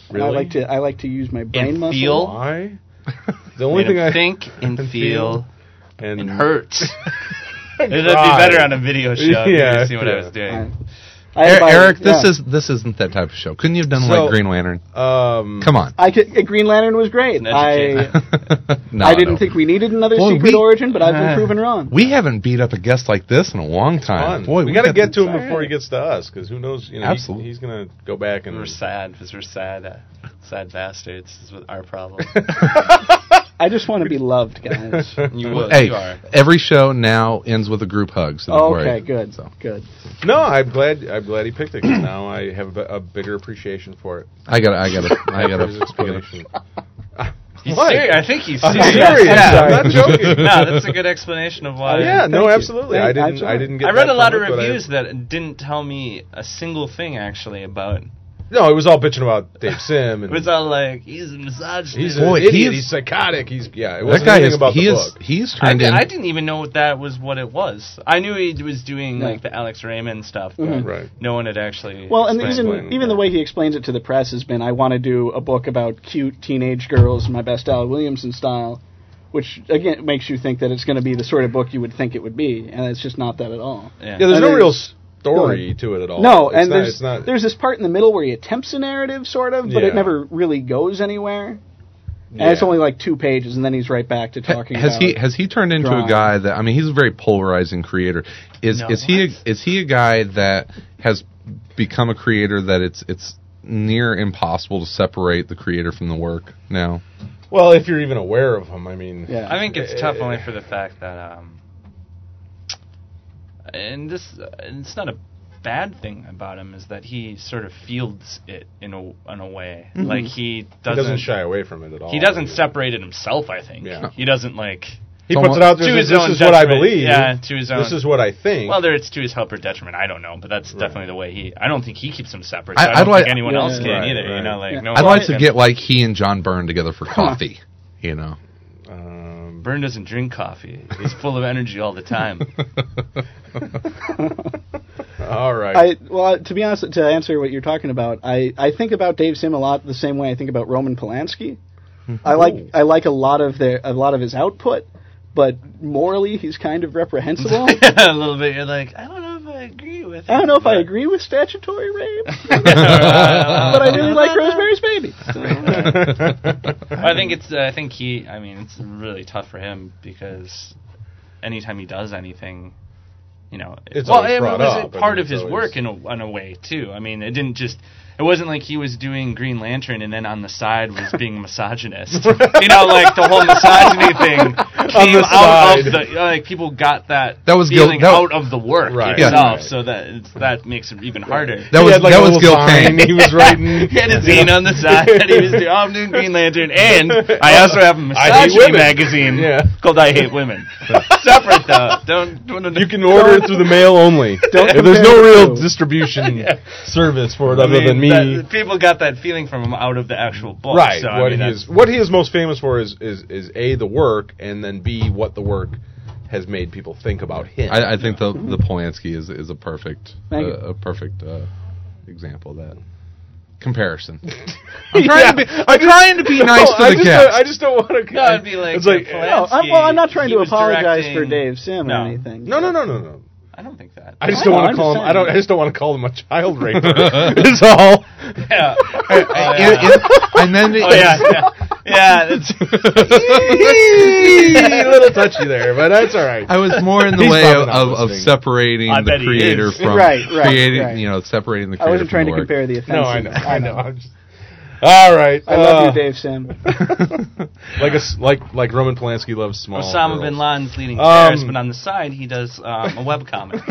and I
Really?
like to I like to use my brain
And
muscle.
feel.
Why?
E-,
The only
Made
thing
him
I
think
(laughs)
and
and
feel
and, (laughs)
and hurts.
It'd
It'd be better on a video show. if you
Yeah,
could see what I
yeah.
was
I-
doing.
I
Er-
have my-
Eric, this
yeah.
is this isn't that type of show. Couldn't you have done
So-
like Green Lantern?
Um,
Come on.
I could, uh, Green Lantern was great.
An
I
education.
(laughs) No,
I didn't
no.
think we needed another
Boy,
secret
we-
origin, but I've been
(laughs)
Ah.
proven wrong.
we haven't beat up a guest like this in a long time.
Fun.
Boy,
we, got to
got-
get to him before he gets to us, because who knows? You know, he-
Absolutely.
he's gonna go back and (laughs)
We're sad because we're sad, uh, sad bastards. Is what
(laughs)
our problem.
I just want to be loved, guys.
you will.
Hey,
You are.
every show now ends with a group hug. So don't worry.
Oh, okay, good,
So,
good.
no, I'm glad. I'm glad he picked it. 'cause now I have a, b- a bigger appreciation for it.
I got, I got, (laughs) I got,
(laughs) After his
I got.
(laughs)
explanation.
He's
Mike.
serious. I think he's
I'm
serious.
serious.
Yeah.
I'm not (laughs) joking.
no, that's a good explanation of
Uh,
why.
yeah, no,
Thank you.
absolutely. I
Thank-
didn't. I
absolutely.
didn't get.
I read
that
a lot of
from it, but I-
reviews that didn't tell me a single thing actually about.
no, it was all bitching about Dave
(laughs)
Sim
It
and
was uh, all like he's a misogynist.
He's
Boy,
an idiot.
he is-
he's psychotic. He's yeah. It
That
wasn't
guy
anything
is,
about
he
the
is,
book.
he's
I,
turned
di-
in.
I didn't even know that was what it was. I knew he was doing
No.
like the Alex Raymond stuff, but
Mhm.
Mm-hmm. Right.
no one had actually.
Well, and
explained.
even
explain.
even the way he explains it to the press has been, I want to do a book about cute teenage girls in my best Al Williamson style, which again makes you think that it's going to be the sort of book you would think it would be, and it's just not that at all.
yeah.
Yeah, there's
And
no
there's-
real story to it at all.
No,
It's
and
not-
there's
it's not.
there's this part in the middle where he attempts a narrative, sort of, but
Yeah.
it never really goes anywhere. And
yeah.
it's only like two pages, and then he's right back to
Ha-
talking.
has
about
he has he turned into a
drawing.
guy that I mean he's a very polarizing creator. Is
No.
is he a, is he a guy that has become a creator that it's it's near impossible to separate the creator from the work now?
Well, if you're even aware of him, I mean.
Yeah.
I think it's tough
Eh.
only for the fact that um, and this uh, it's not a bad thing about him is that he sort of fields it in a in a way
Mhm.
like he
He
doesn't
doesn't shy away from it at all.
he doesn't separate it himself. I think
Yeah.
he doesn't like
He puts it out there.
to
This
his own
is what I
detriment.
believe.
Yeah, to his own.
This is what I think.
well, there it's to his help or detriment. I don't know, but that's
Right.
definitely the way he. I don't think he keeps them separate.
I-
So I,
I'd
don't
like-
think anyone
Yeah.
else can
Right,
either.
right.
You know, like
Yeah.
no.
I'd
one
like to
can-
get like he and John Byrne together for coffee. You
(laughs)
know,
Um,
Byrne doesn't drink coffee. He's full of energy all
(laughs)
the time.
(laughs)
(laughs) all right.
I well, to be honest, to answer what you're talking about, I, I think about Dave Sim a lot the same way I think about Roman Polanski. I like I like a lot of their a lot of his output, but morally he's kind of reprehensible.
(laughs) a little bit. You're like, I don't know if I agree with.
I don't
it,
know if I
but-
agree with statutory rape, but
Uh,
But
I
(laughs)
really like Rosemary's Baby. So,
I think it's. uh, I think he. I mean, it's really tough for him because anytime he does anything, you know,
It's
well,
always
I mean,
brought
it was
up, and
part of
it's
his
always-
work in a, in a way too. I mean, it didn't just. It wasn't like he was doing Green Lantern and then on the
(laughs)
side was being misogynist. you know, like the whole misogyny thing came
the
out
side.
of the like people got that
That was guilt-
feeling
that-
out of the work
Right.
Yeah.
itself. So that it's, that makes it even harder.
that
He
was
had, like,
that
a
was
little
Gil
sign
Payne.
He was (laughs) writing.
(laughs) He had a zine on the side. He was doing, oh, I'm doing Green Lantern,
(laughs)
and I also have a
I hate
misogyny
women.
magazine
Yeah.
called I Hate
(laughs)
Women. Separate though. Don't, don't
You can order it through the mail
(laughs)
only. If there's no
compare
real
the two.
distribution service for it
I
other
mean,
than me.
that- people got that feeling from him out of the actual book.
right.
So, I
what
mean,
he
that's-
is what he is most famous for is, is is a the work and then b what the work has made people think about him.
I, I think the the Polanski is is a perfect uh,
Thank you.
a perfect uh, example of that comparison.
(laughs)
I'm trying to be I'm
just-
trying to be
(laughs)
nice to
I
the
just
guest.
Don't, I just don't want to.
No, it'd be like
it's like
the
no,
no,
Polanski.
I'm, well, I'm not trying
He
to
was
apologize for
directing-
Dave Sim
No.
or anything.
no, no, no, no, no.
I don't think that.
I just
I
don't
know,
want to
I'm
call
just
him. I don't. I
saying.
just don't want to call him a
(laughs)
child raper. (laughs) is all. (laughs)
yeah. Oh,
And- and-
yeah.
and then it-
(laughs) Oh, yeah, yeah. Yeah,
(laughs)
that's-
a little touchy there, but that's all right.
I was more in the
(laughs) He's
way
probably
of,
not
of, of
listening.
separating
I
the
bet he
creator
is.
from
Right, right,
creating,
right.
you know, separating the creator.
I wasn't
from
trying
the
to
work.
compare the offenses.
no, I know. I know. I'm just, (laughs) All right.
I love
uh,
you, Dave Sim.
(laughs) Like a s like like Roman Polanski loves small.
Osama
girls.
bin
(laughs)
Laden's leading
Um,
terrorist, but on the side he does um, a web
(laughs)
comic.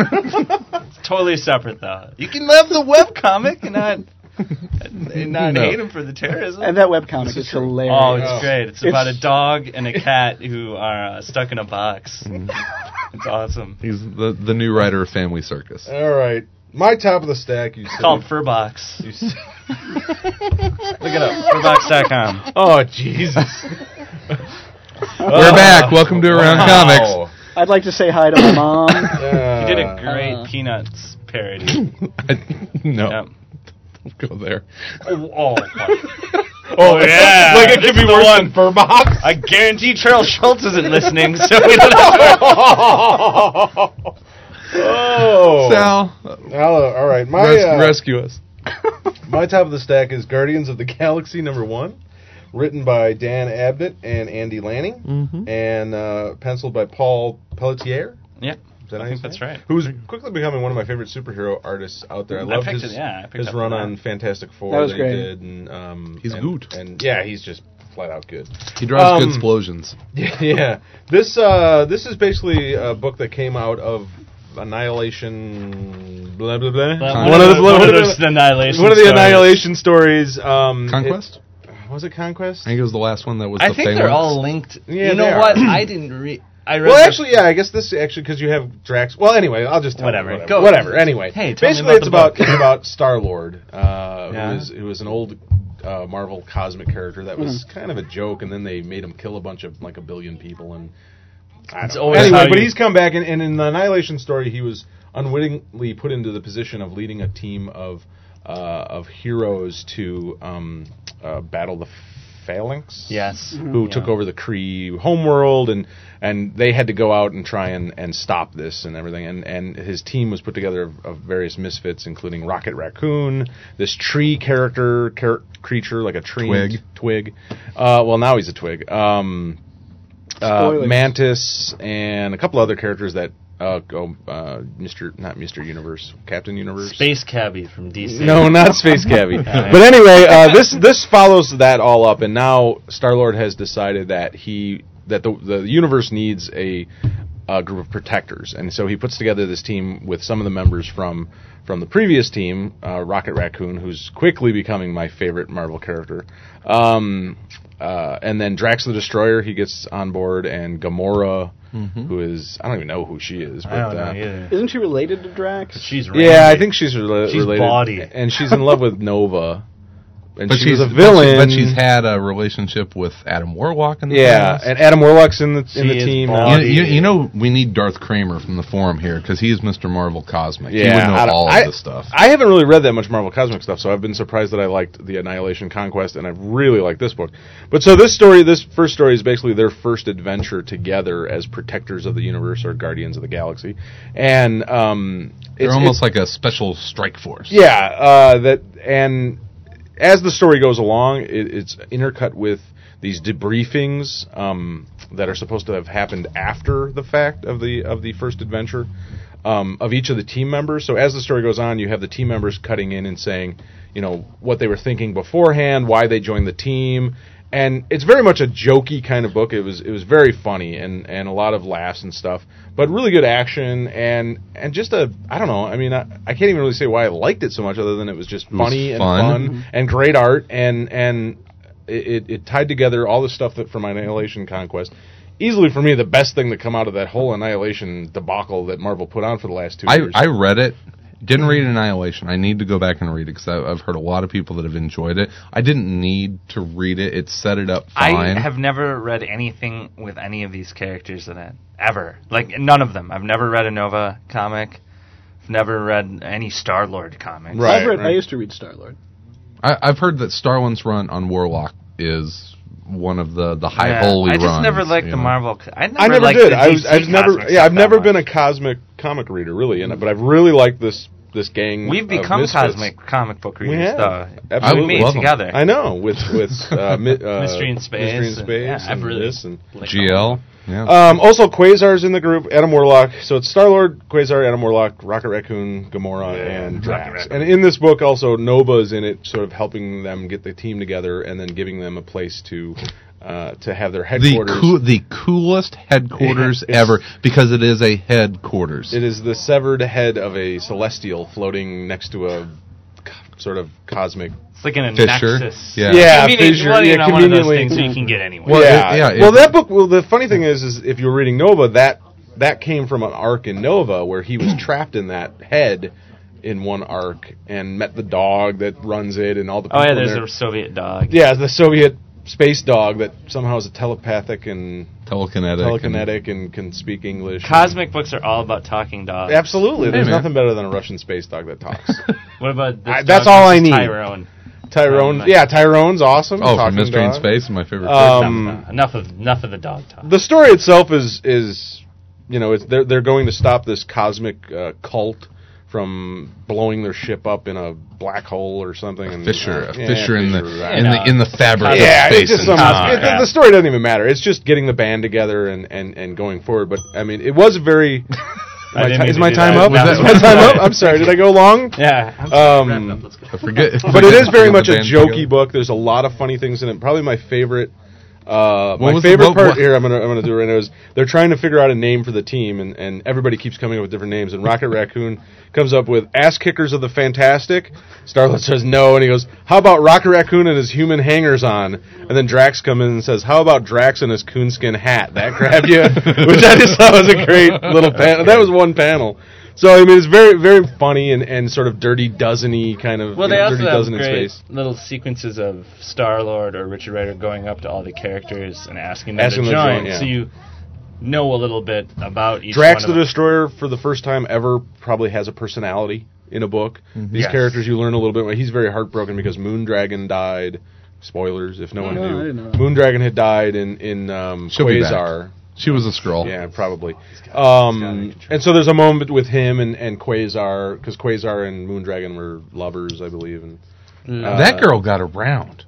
totally separate though. You can love the web comic
(laughs)
and not
(laughs)
and not
No.
hate him for the terrorism.
And that webcomic is, hilarious.
Oh, it's
Oh.
great! It's,
It's-
about a dog and a cat who are uh, stuck in a box.
(laughs)
it's awesome.
He's the the new writer of Family Circus.
All right. My top of the stack. You
It's called
said.
Furbox.
(laughs) you said-
Look it up. Furbox.com.
oh
(laughs)
Jesus.
We're back. Welcome to Around
oh. Wow.
I'd like to say hi to
(laughs)
(laughs)
my mom.
Yeah.
He did a great
Uh.
Peanuts parody.
Comics. no,
Yep.
go there.
Oh, oh, fuck.
Oh
(laughs) yeah.
Like it could be worse than
I guarantee Charles Schultz isn't listening, so we (laughs) don't have to-
oh.
Sal, uh,
Hello. All right. My
res-
uh,
rescue us.
my top of the stack is Guardians of the Galaxy number one, written by Dan Abnett and Andy Lanning,
Mm-hmm.
and uh, penciled by Paul Pelletier.
Yeah,
Is that how
I
you
think
say
that's
it?
right.
Who's quickly becoming one of my favorite superhero artists out there. I
I
love
picked
his,
it, yeah, I picked
his
up
run
on
on Fantastic Four
That was
he
great.
did. And, um,
He's
and,
good.
And yeah, he's just flat out good.
He draws
Um,
good explosions.
Yeah, (laughs) yeah. This uh, this is basically a book that came out of Annihilation. Blah blah blah.
One of the-
one of those annihilation.
one of the
stories.
Annihilation stories. Um,
Conquest.
it- was it Conquest?
I think it was the last one that was.
I
the
think
Phalanx.
they're all linked.
Yeah,
you
they
know
are.
what? I didn't read. I read.
Well,
the-
actually, yeah. I guess this actually because you have Drax. Well, anyway, I'll just tell you
Whatever.
whatever.
Go.
Whatever. Anyway,
Hey, tell me
basically,
about the
it's
book.
about about Star Lord, uh,
Yeah.
who is who is an old uh, Marvel cosmic character that was kind of a joke, and then they made him kill a bunch of like a billion people, and I
It's
don't know.
always
anyway.
how
But
you-
he's come back, and, and in the Annihilation story, he was unwittingly put into the position of leading a team of uh, of heroes to um, uh, battle the Phalanx
Yes.
who took over the Cree homeworld, and and they had to go out and try and, and stop this and everything. And and his team was put together of, of various misfits, including Rocket Raccoon, this tree character char- creature like a tree
Twig.
twig. Uh, well, now he's a twig. Um, uh,
Spoilers.
Mantis and a couple other characters that uh, go uh, Mr. not Mr. Universe, Captain Universe.
Space Cabby from DC.
No, not
(laughs)
Space Cabbie. but anyway, uh, this this follows that all up, and now Star Lord has decided that he that the the universe needs a, a group of protectors, and so he puts together this team with some of the members from from the previous team, uh, Rocket Raccoon, who's quickly becoming my favorite Marvel character. Um, uh, and then Drax the Destroyer, he gets on board, and Gamora, who is I don't even know who she is, but
Mm-hmm. I don't
uh,
know either.
Isn't she related to Drax?
She's
yeah, I
randy.
think she's rela-
She's
related.
bawdy.
and she's in love
(laughs)
with Nova. And
But
she
she's
was a villain.
But, she- but she's had a relationship with Adam Warlock in the
yeah,
past.
and Adam Warlock's in the in
She
the
is
team.
You,
bawdy.
you, you know, we need Darth Kramer from the forum here because he is Mr. Marvel Cosmic. he
Yeah,
would know
I don't-
all
I-
of this stuff.
I haven't really read that much Marvel Cosmic stuff, so I've been surprised that I liked the Annihilation Conquest, and I really like this book. But so this story, this first story, is basically their first adventure together as protectors of the universe or guardians of the galaxy, and um,
They're
it's-
almost like a special strike force.
Yeah, uh, that and as the story goes along, it, it's intercut with these debriefings um, that are supposed to have happened after the fact of the of the first adventure um, of each of the team members. So as the story goes on, you have the team members cutting in and saying, you know, what they were thinking beforehand, why they joined the team. And it's very much a jokey kind of book. It was it was very funny and, and a lot of laughs and stuff, but really good action and and just a I don't know. I mean, I, I can't even really say why I liked it so much other than it was just
was
funny
fun. Mm-hmm.
and fun and great art and and it, it, it tied together all the stuff that from Annihilation Conquest. Easily for me, the best thing to come out of that whole Annihilation debacle that Marvel put on for the last two
I,
years.
I read it. Didn't read Annihilation. I need to go back and read it because I've heard a lot of people that have enjoyed it. I didn't need to read it. It set it up fine.
I have never read anything with any of these characters in it ever. Like none of them. I've never read a Nova comic. I've never read any Star Lord comics.
Right.
I've read, I used to read Star Lord.
I, I've heard that Starlin's run on Warlock is one of the the high
Yeah,
holy
I just
runs,
never liked
you
the
know.
Marvel. co- I never,
I never
liked
did.
The
I was,
DC
I've never,
cosmic
yeah, I've
stuff
never
that
been a
much.
cosmic comic reader really, and but I've really liked this this gang.
We've
of
become
misfits.
cosmic comic book readers,
have.
though.
Absolutely.
Me
I love 'em.
together. (laughs)
I know with with uh, mi- uh,
Mystery in Space
Mystery in
and-
Space,
yeah, I've
and
really-
this and
Like,
GL. Yeah.
Um, also, Quasar's in the group, Adam Warlock. So it's Star Lord, Quasar, Adam Warlock, Rocket Raccoon, Gamora,
Yeah,
and
Rocket
Drax.
Raccoon.
And in this book, also, Nova is in it, sort of helping them get the team together and then giving them a place to uh, to have their
the
headquarters.
coo- the coolest headquarters
It's-
ever because it is a headquarters.
it is the severed head of a celestial floating next to a co- sort of cosmic.
It's like in a
Fisher.
nexus.
Yeah.
Yeah,
Convenient
Fissure,
bloody
yeah,
not one of those
conveniently.
things that you can get anywhere.
Well,
yeah.
it- yeah, it-
well, that book. Well, the funny thing is, is if you're reading Nova, that that came from an arc in Nova where
(clears throat)
he was trapped in that head in one arc and met the dog that runs it and all the.
oh yeah,
people
there's
in
a Soviet dog.
there. yeah, the Soviet space dog that somehow is a telepathic and
telekinetic.
telekinetic and can speak English.
Cosmic books are all about talking dogs.
Absolutely, there's
man.
nothing better than a Russian space dog
(laughs)
that talks.
What about this
I-
dog
that's all I
versus
need.
Tyrone.
Tyrone,
Um,
yeah, Tyrone's awesome.
oh, from
talking
Mystery in
dog.
Space, my favorite.
Um,
enough, enough of enough of the dog talk.
the story itself is is you know it's they're they're going to stop this cosmic uh, cult from blowing their ship up in a black hole or something.
A
and,
Fisher,
uh,
a
yeah,
Fisher in the
Fisher, I
in
don't
the in the fabric
know. yeah,
of
it's
space
just
and
some,
time.
it- the story doesn't even matter. It's just getting the band together and, and, and going forward. But I mean, it was very.
(laughs)
my
I
ti-
didn't mean
is
to
my
do
time
that.
up?
That
Is
was
my time
my-
up? I'm sorry. Did I go long?
(laughs) Yeah.
Um,
I forget. (laughs)
but it is very much a
band
jokey
together.
book. There's a lot of funny things in it. Probably my favorite. Uh,
What
my
was the-
favorite
what-
part
what-
here I'm gonna I'm gonna do right now is they're trying to figure out a name for the team and, and everybody keeps coming up with different names and Rocket Raccoon comes up with Ass Kickers of the Fantastic. Starlet says no and he goes how about Rocket Raccoon and his human hangers on and then Drax comes in and says how about Drax and his coonskin hat that grab you (laughs) which I just thought was a great little panel that was one panel so I mean it's very very funny and, and sort of dirty dozen-y kind of
Well,
you
they
know,
also
dirty
have
dozen in
great
space.
little sequences of Star Lord or Richard Rider going up to all the characters and asking them
Asking
to
them to
join,
join, yeah.
so you know a little bit about each
Drax the
one. of them.
Destroyer, for the first time ever, probably has a personality in a book.
Mm-hmm.
These
Yes.
characters you learn a little bit. more. He's very heartbroken because Moondragon died. Spoilers, if no one
no, I
knew.
didn't know that.
Moondragon had died in in um,
She'll be back. Oh.
Quasar.
She was a scroll.
Yeah, probably.
he's gotta
Um,
make a
and so there's a moment with him and, and Quasar because Quasar and Moondragon were lovers, I believe. And uh,
that girl got around.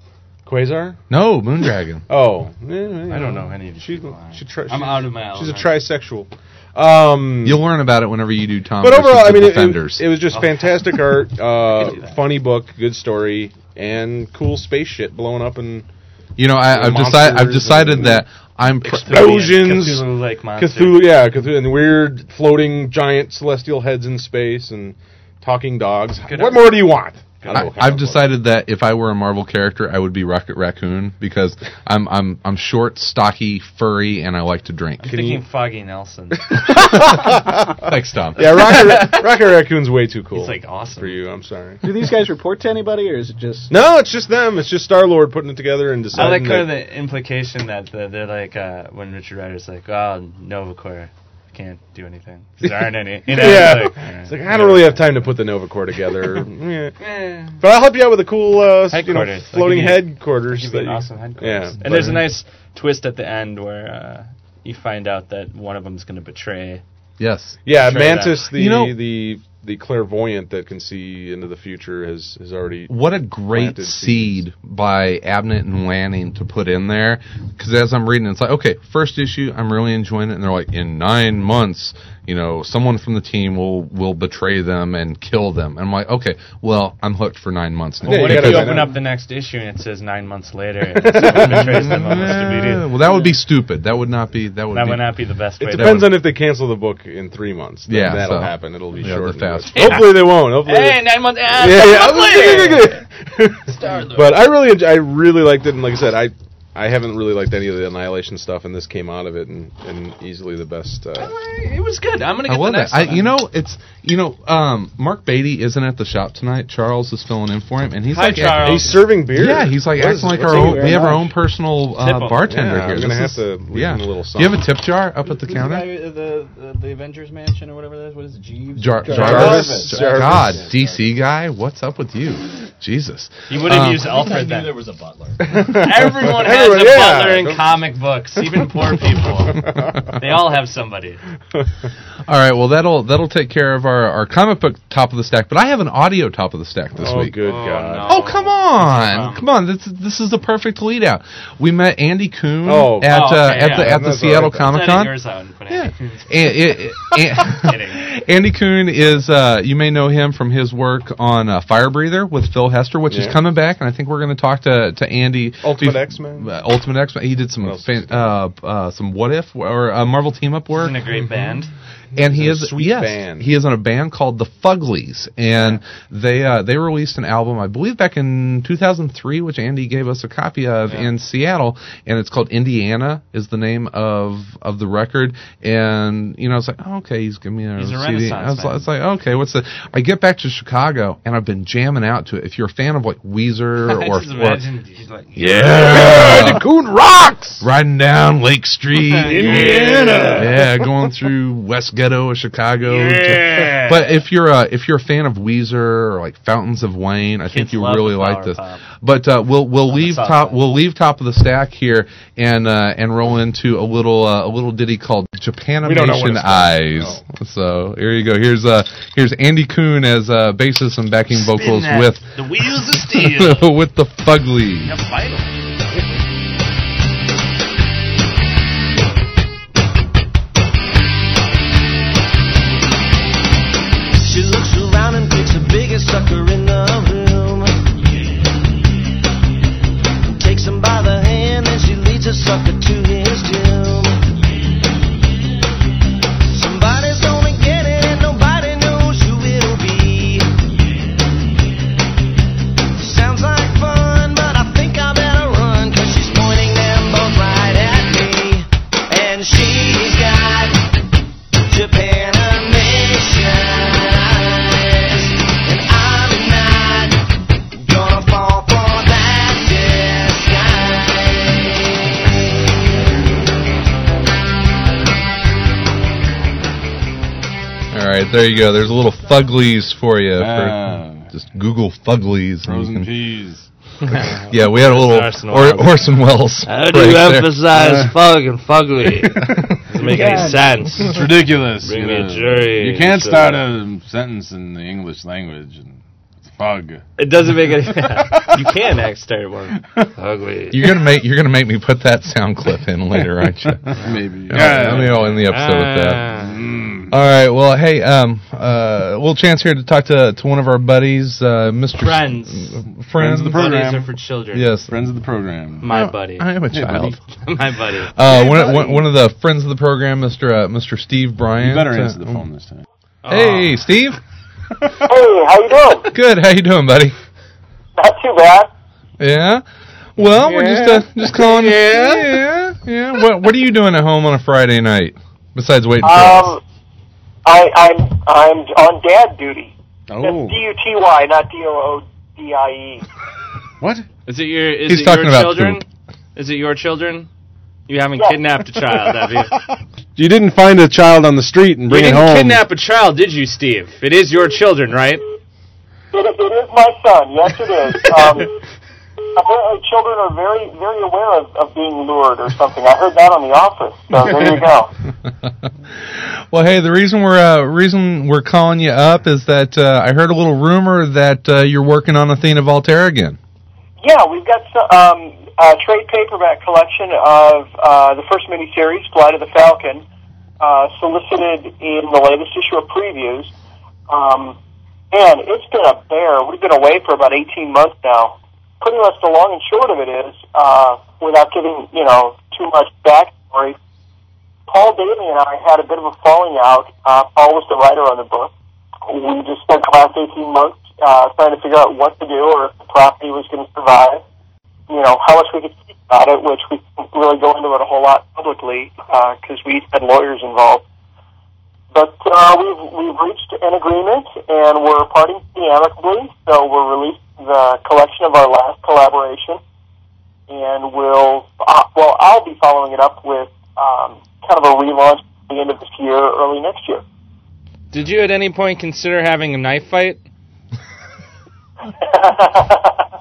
Quasar.
No, Moondragon.
Oh, I
I don't know any of these
She,
people.
she tri-
I'm
she's-
out of my
She's a
element.
trisexual. Um,
You'll learn about it whenever you do Tom.
but
versus
overall,
the
I mean, it,
Defenders.
it, it was just
Oh. (laughs)
fantastic art,
do
uh,
that.
funny book, good story, and cool space shit blowing up and
you know, I, I've decided. I've
monsters
decided
and-
that I'm. Pr-
explosions,
Cthulhu-like monsters.
Cthulhu, yeah, Cthulhu, and weird floating giant celestial heads in space and talking dogs.
Good
what
art.
more do you want?
I, I've decided that if I were a Marvel character, I would be Rocket Raccoon because I'm I'm I'm short, stocky, furry, and I like to drink.
I'm thinking
(laughs)
Foggy Nelson.
Thanks, Tom. (laughs)
Yeah, Rocket, Ra- Rocket Raccoon's way too cool.
He's like awesome.
for you. I'm sorry.
Do these guys report to anybody, or is it just?
No, it's just them. It's just Star Lord putting it together and
I
deciding.
like kind of
that-
the implication that the, they're like uh, when Richard Rider's like, "Oh, Novacore can't do anything. 'cause There aren't any." You
(laughs)
know,
yeah,
It's like,
it's like I don't really have time to put the Nova Core
(laughs)
together. Yeah.
Eh.
But I'll help you out with a cool uh, s- you know,
Headquarters. I'll
floating
give you-
headquarters.
It'd be
that
an
you-
awesome headquarters.
Yeah,
and
but-
there's a nice twist at the end where uh, you find out that one of them's going to betray.
Yes.
Yeah,
Straight
Mantis, the
You know-
the the clairvoyant that can see into the future, has has already.
What a great
Planted
seed by Abnett and Lanning to put in there. Because as I'm reading, it's like, okay, first issue, I'm really enjoying it, and they're like, in nine months, you know, someone from the team will will betray them and kill them. And I'm like, okay, well, I'm hooked for nine months now.
Yeah,
what
you
if
gotta
you
find
open
out.
up the next issue and it says nine
(laughs)
months later and someone betrays them almost
(laughs) Yeah,
immediately?
well, that would be stupid. That would not be. That would
That
be.
would not be the best
It
way. to
depends on if they cancel the book in three months. Then
Yeah,
that'll
so-
happen. It'll be
Yeah,
short.
the fast-
Hopefully they won't. Hopefully.
Hey,
they-
nine months.
(laughs)
Ah,
yeah, yeah.
seven months later.
Later. but I really, enj- I really liked it, and like I said, I. I haven't really liked any of the Annihilation stuff, and this came out of it, and, and easily the best. Uh,
It was good. I'm gonna
I
get the
love that.
next
I,
one.
you know, it's you know, um, Mark Beatty isn't at the shop tonight. Charles is filling in for him, and he's
Hi,
like,
Charles.
he's serving beer.
yeah, he's like
What is
acting like
this?
our
What's
own.
very
We have our
much.
own personal
Tip 'em.
uh, bartender
Yeah, I'm
here.
gonna
This is-
have to leave
yeah.
him a little
Do you have a
something.
tip jar up at the counter?
the, the, the Avengers mansion or whatever that is? What is it, Jeeves?
Jar-
Jarvis.
Jarvis.
Jarvis.
God, DC guy, what's up with you? Jesus.
He would have
Um,
used
I
Alfred
knew
then.
there was a butler.
(laughs)
(laughs)
Everyone has
Everyone,
a
yeah.
butler in comic books, even poor
(laughs)
people. They all have somebody.
All right, well that'll that'll take care of our, our comic book top of the stack. But I have an audio top of the stack this
oh,
week.
good
Oh,
God.
Oh come on, come on! This this is the perfect lead out. We met Andy Kuhn
Oh.
at
Oh, okay,
uh, at
yeah.
the at the
That's
Seattle
all right.
Comic
Setting
Con.
yours out and putting (laughs)
Yeah.
it in.
And- it- it- and- (laughs) Andy Kuhn is, uh, you may know him from his work on uh, Fire Breather with Phil Hester, which
Yeah.
is coming back, and I think we're going to talk to to Andy.
Ultimate
bef-
X-Men?
Uh, Ultimate X Men. He did some
What else
fan,
is
uh, uh, some What If or uh, Marvel Team Up work
Isn't a great band.
and he
in a
is
sweet
yes,
band.
he is on a band called the Fuglies, and they uh, they released an album I believe back in 2003, which Andy gave us a copy of in Seattle, and it's called Indiana is the name of of the record, and you know it's like oh, okay he's giving me a
He's a
CD. I was,
Renaissance man.
it's like okay what's the I get back to Chicago and I've been jamming out to it. If you're a fan of like Weezer
(laughs) I
or,
just
or
imagine he's like,
Oh,
yeah, the Coon rocks. Riding down Lake Street,
Indiana.
Yeah, going through West Ghetto of Chicago.
Yeah.
But if you're a if you're a fan of Weezer or like Fountains of Wayne, I think
Kids
you
love
really
the
like
flower
this.
pop.
But uh, we'll we'll leave
soft
top
side.
we'll leave top of the stack here and uh, and roll into a little uh, a little ditty called
don't know what
Japanimation
it's called.
Eyes. So here you go. Here's uh here's Andy Kuhn as uh, bassist and backing vocals
that.
with
the wheels of
(laughs)
steel.
with the Fuglies.
They're vital.
She looks around and picks the biggest sucker in the room. Takes him by the hand and she leads a sucker to his doom. Somebody's gonna get it and nobody knows who it'll be. Sounds like fun, but I think I (laughs) better run, cause she's pointing them both right at me. And she's got
All right, there you go. There's a little Fuglies for you.
Ah.
For just Google Fuglies. and you
Frozen
can- (laughs)
peas.
yeah, we had a little
Orson
or,
Welles.
Orson Welles. break there. Uh,
emphasize fug and fugly?
(laughs)
Doesn't make any sense.
It's ridiculous.
Bring
you
me a
know.
jury.
You can't
So-
start a sentence in the English language. And it's fog.
It doesn't
(laughs)
make any (laughs) You can act start one. Ugly.
You're gonna make you're gonna make me put that sound clip in later, aren't you?
(laughs)
(laughs) Maybe.
Let me all end the episode with that.
Mm.
Ah.
All right. Well, hey, um, uh, little chance here to talk to to one of our buddies, uh, Mr. (laughs)
Friends.
Friends.
Friends of the program.
Buddies are for children.
Yes.
Friends of the program.
My buddy.
Oh, I am a
Hey, buddy.
child.
(laughs) My buddy.
Uh, one, one, one of the friends of the program, Mr. Uh, Mr. Steve Bryant.
You better
uh,
answer the phone this time.
Hey,
Oh.
Steve.
Hey, how you
(laughs)
doing?
Good. How you doing, buddy?
Not too bad.
Yeah. Well, we're just uh, just calling. yeah. yeah, What What are you doing at home on a Friday night besides waiting for us?
Um, I, I'm I'm on dad duty.
Oh.
That's D U T Y, not D O O D I E.
What?
Is it your is
He's
it
talking
your
about
children? Is it your children? You haven't
Yeah.
kidnapped a child, have
(laughs)
you?
You didn't find a child on the street and
You
bring it
didn't
home. (laughs)
kidnap a child, did you, Steve? It is your children, right?
It, it is my son. Yes, it is. Um,
(laughs)
apparently, children are very very aware of, of being lured or something. I heard that on the office. So uh, there you go.
(laughs) well, hey, the reason we're uh, reason we're calling you up is that uh, I heard a little rumor that uh, you're working on Athena Voltaire again.
Yeah, we've got some, um, a trade paperback collection of uh, the first miniseries, Flight of the Falcon, uh, solicited in the latest issue of previews. Um, and it's been a bear. We've been away for about 18 months now. Pretty much the long and short of it is, uh, without giving, you know, too much backstory, Paul Daly and I had a bit of a falling out. Uh, Paul was the writer on the book. We just spent the last 18 months uh, trying to figure out what to do or if the property was going to survive, you know, how much we could speak about it, which we didn't really go into it a whole lot publicly because we had lawyers involved. But uh, we've, we've reached an agreement and we're parting pretty amicably, so we're releasing the collection of our last collaboration and we'll uh, well I'll be following it up with um, kind of a relaunch at the end of this year, early next year.
Did you at any point consider having a knife fight?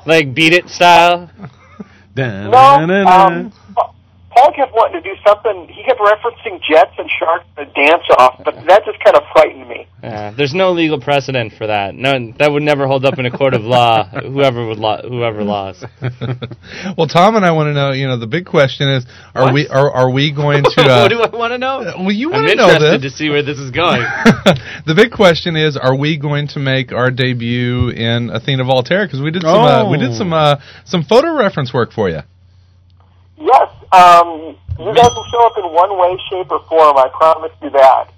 Like beat it style.
(laughs) no,
(laughs)
um, Paul kept wanting to do something. He kept referencing Jets and Sharks in a dance off, but that just kind of frightened me.
Yeah, Uh, there's no legal precedent for that. No, that would never hold up in a court of law. Whoever would lo- whoever lost.
well, Tom and I want to know. You know, the big question is: Are we are are we going to?
(laughs)
Uh,
(laughs)
what do I want to know?
well, you
I'm
want to know
interested
this.
to see where this is going.
(laughs) the big question is: Are we going to make our debut in Athena Volterra? Because we did some uh, we did
Oh.
some uh, some photo reference work for you.
Yes, um, you guys will show up in one way, shape, or form. I promise you that.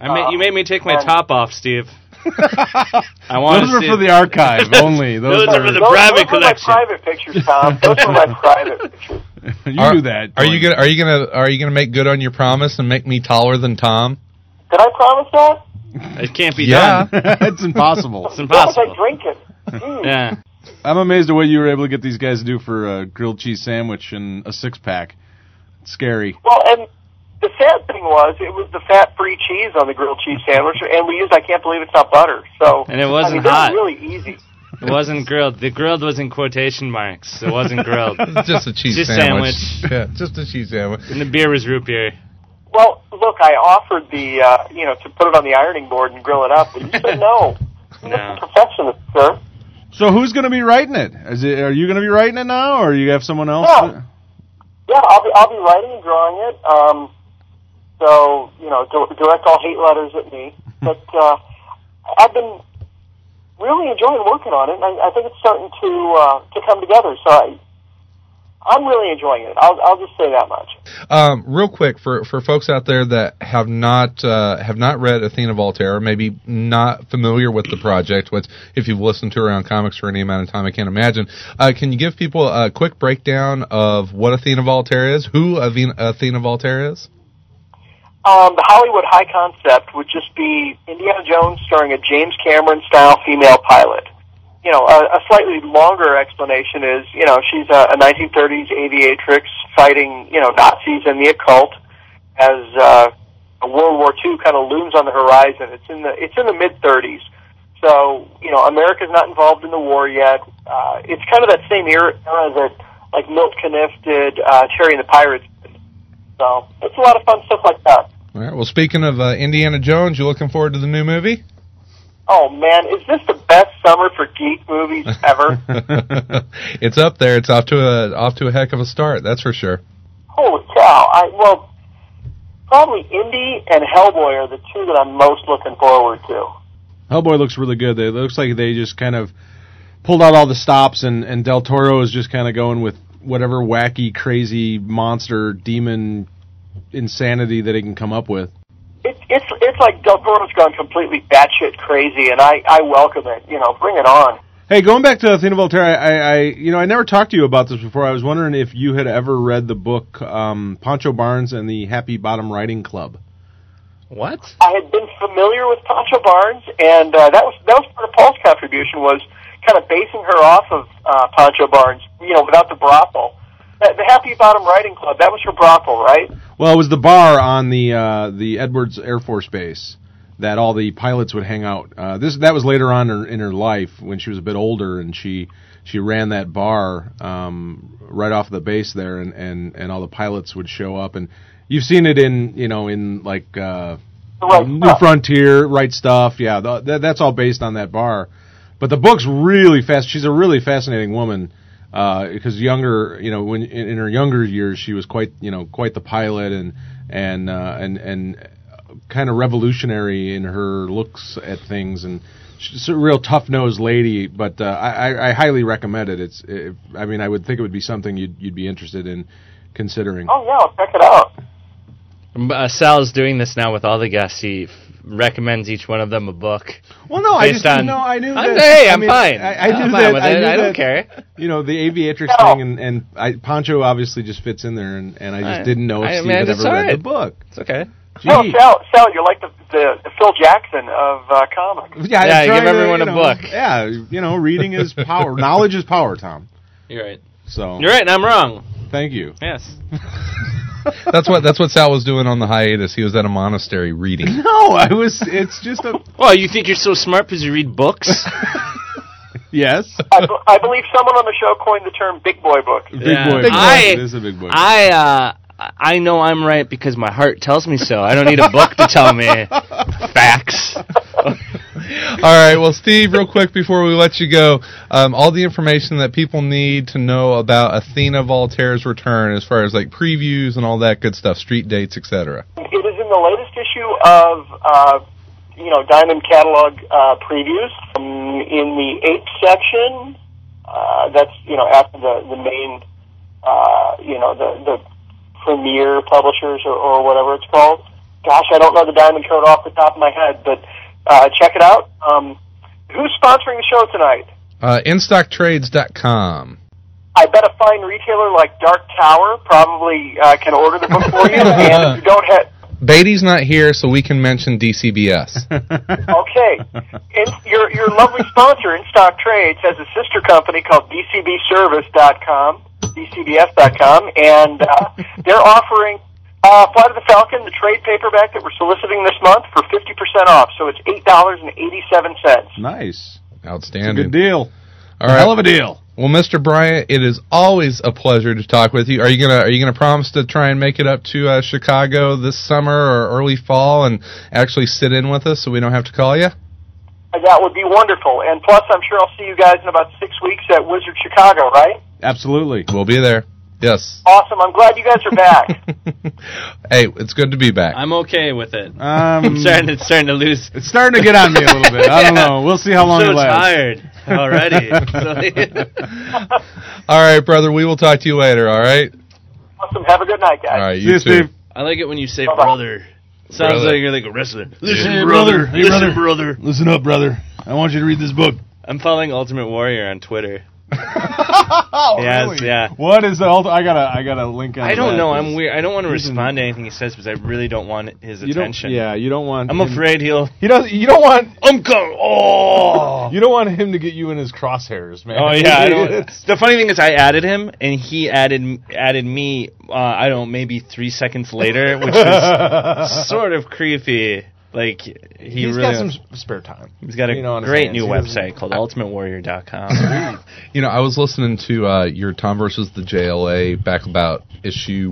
I made, you made me take my
Um,
top off, Steve. (laughs) I want
Those
to
are
see.
for
(laughs)
the archive only. Those,
Those are for the private
those were my
collection.
private pictures,
(laughs)
Tom. Those were my private pictures.
are, (laughs) you
are,
do that.
Are you gonna are you gonna are you gonna make good on your promise and make me taller than Tom?
Did I promise that?
it can't be
(laughs)
Yeah.
done.
it's impossible.
It's
What was I
impossible.
drinking? Mm.
Yeah.
(laughs) I'm amazed at what you were able to get these guys to do for a grilled cheese sandwich and a six pack. It's scary.
Well, and the sad thing was, it was the fat-free cheese on the grilled cheese sandwich, and we used I can't believe it's not butter. So
And it
I mean,
wasn't
they were
hot.
Really easy.
It wasn't grilled. The grilled was in quotation marks. It wasn't
(laughs)
grilled.
It's just a cheese
Just
sandwich. (laughs) Yeah, just a cheese sandwich.
And the beer was root beer.
Well, look, I offered the uh, you know to put it on the ironing board and grill it up, but you said
(laughs)
no. You're
No.
a perfectionist, sir.
So who's going to be writing it? Is it? Are you going to be writing it now, or you have someone else?
No. Yeah, I'll be I'll be writing and drawing it. Um, so you know, di- direct all hate letters at me. But uh, I've been really enjoying working on it, and I, I think it's starting to uh, to come together. So I, I'm really enjoying it. I'll I'll just say that much.
Um, real quick for, for folks out there that have not uh, have not read Athena Volterra, maybe not familiar with the project, which if you've listened to her on comics for any amount of time, I can't imagine. Uh, can you give people a quick breakdown of what Athena Volterra is, who Athena, Athena Volterra is?
Um, the Hollywood high concept would just be Indiana Jones starring a James Cameron style female pilot. You know, a, a slightly longer explanation is, you know, she's a, a 1930s aviatrix fighting, you know, Nazis and the occult as uh, World War II kind of looms on the horizon. It's in the it's in the mid 30s, so you know, America's not involved in the war yet. Uh, it's kind of that same era, era that like Milt Kniff did, uh, Cherry and the Pirates. did. So it's a lot of fun stuff like that.
All right. Well, speaking of uh, Indiana Jones, you looking forward to the new movie? (laughs)
Oh man, is this the best summer for geek movies ever?
it's up there. It's off to a off to a heck of a start. That's for sure.
Holy cow! I well, probably Indy and Hellboy are the two that I'm most looking forward to.
Hellboy looks really good. It looks like they just kind of pulled out all the stops, and, and Del Toro is just kind of going with whatever wacky, crazy monster, demon, insanity that he can come up with.
It's it's it's like Del Toro's gone completely batshit crazy, and I I welcome it. You know, bring it on.
Hey, going back to Athena Volterra, I, I you know I never talked to you about this before. I was wondering if you had ever read the book um, Pancho Barnes and the Happy Bottom Writing Club.
What?
I had been familiar with Pancho Barnes, and uh, that was that was part of Paul's contribution was kind of basing her off of uh, Pancho Barnes. You know, without the brothel, that, the Happy Bottom Writing Club. That was your brothel, right?
Well, it was the bar on the uh, the Edwards Air Force Base that all the pilots would hang out. Uh, this that was later on in her, in her life when she was a bit older, and she she ran that bar um, right off the base there, and, and and all the pilots would show up, and you've seen it in you know in like uh,
The right
New
stuff.
Frontier, right stuff. Yeah, th that, that's all based on that bar. But the book's really fast. She's a really fascinating woman because younger, you know, when in, in her younger years, she was quite, you know, quite the pilot and and uh, and and kind of revolutionary in her looks at things and. She's a real tough-nosed lady, but uh, I, I- I highly recommend it. It's, it, I mean, I would think it would be something you'd, you'd be interested in considering.
Oh yeah, I'll check it out.
Um, Uh, Sal's doing this now with all the guests. He f- recommends each one of them a book.
Well, no, Oh, I
Based
just didn't
on-
know. I knew
I'm-
that.
hey,
I
I'm
mean,
fine.
I, I
I'm
knew
fine
that.
with
I,
it.
knew
I don't
that,
care.
You know, the aviatrix
No.
thing and, and I, Poncho obviously just fits in there, and, and I just
I-
didn't know if
I-
Steve
man,
had
it's
ever read
alright.
the book.
(laughs) It's okay.
Gee.
No, Sal, Sal, you're like the, the, the Phil Jackson of uh,
(laughs)
comics.
Yeah, I'm
Yeah, give
trying to,
everyone
you
a
know,
book.
Yeah, you know,
(laughs)
reading is power. Knowledge is power, Tom.
You're right.
So
You're right, and I'm wrong.
thank you.
Yes.
(laughs) That's what that's what Sal
(laughs)
was doing on the hiatus. He was at a monastery reading.
No, I was. It's just a.
(laughs)
Well, you think you're so smart because you read books? (laughs)
Yes.
I, be- I believe someone on the show coined the term "big boy book."
Big
Yeah.
boy.
Big
book.
boy.
it is a big boy.
(laughs)
I uh, I know I'm right because my heart tells me so. I don't need a book to tell me
(laughs)
facts.
All right. Well, Steve, real quick before we let you go, um, all the information that people need to know about Athena Voltaire's return, as far as like previews and all that good stuff, street dates, etc.
It is in the latest issue of, uh, you know, Diamond Catalog uh, previews um, in the ape section. Uh, that's you know after the the main, uh, you know, the the premier publishers or, or whatever it's called. Gosh, I don't know the Diamond Code off the top of my head, but uh, check it out. Um, who's sponsoring the show tonight?
Uh, InStockTrades.com.
I bet a fine retailer like Dark Tower probably uh, can order the book for you. and if you don't have
Beatty's not here, so we can mention
(laughs)
DCBS.
(laughs)
Okay. And your your lovely sponsor, In Stock Trades, has a sister company called DCBService.com, DCBS.com, and uh, they're offering uh, Flight of the Falcon, the trade paperback that we're soliciting this month, for 50% off. So it's $8.87.
nice. Good
Outstanding.
deal.
All right.
Hell of a deal.
Well, Mr. Bryant, it is always a pleasure to talk with you. Are you gonna Are you gonna promise to try and make it up to uh, Chicago this summer or early fall and actually sit in with us so we don't have to call you?
That would be wonderful. And plus, I'm sure I'll see you guys in about six weeks at Wizard Chicago, right?
(laughs)
Absolutely.
We'll be there. Yes.
Awesome. I'm glad you guys are back.
(laughs) hey, it's good to be back.
(laughs) I'm okay with it.
Um,
I'm starting to, it's starting to lose.
it's starting to get on me a
(laughs)
little bit. I don't
Yeah.
know. We'll see how long
so
it lasts.
tired
(laughs)
already. (laughs) So-
all right, brother. We will talk to you later. All right.
awesome. Have a good night, guys.
All right.
See
You too.
you, Steve.
I like it when you say
Bye-bye.
brother. Sounds
Brother.
like you're like a wrestler.
Listen,
brother. Hey,
Listen,
brother. Listen up, brother. I want you to read this book.
I'm following Ultimate Warrior on Twitter. yeah, it's- yeah.
What is the? Ult- I gotta. I gotta link.
I don't know. I'm weird. I don't want to
He's in-
respond to anything he says because I really don't want his
You don't.
attention.
Yeah. You don't want.
I'm
him-
afraid he'll.
He doesn't. (laughs) You don't want. (laughs)
I'm going. Oh.
You don't want him to get you in his crosshairs, man.
Oh yeah.
(laughs)
I don't,
It's-
the funny thing is, I added him, and he added added me. Uh, I don't maybe three seconds later, which
(laughs)
is sort of creepy. Like he
He's got
really
some s- spare time.
he's got a
you know, on his
great
hands.
new
He doesn't- (laughs)
website called UltimateWarrior.com.
You know, I was listening to uh, your Tom versus the JLA back about issue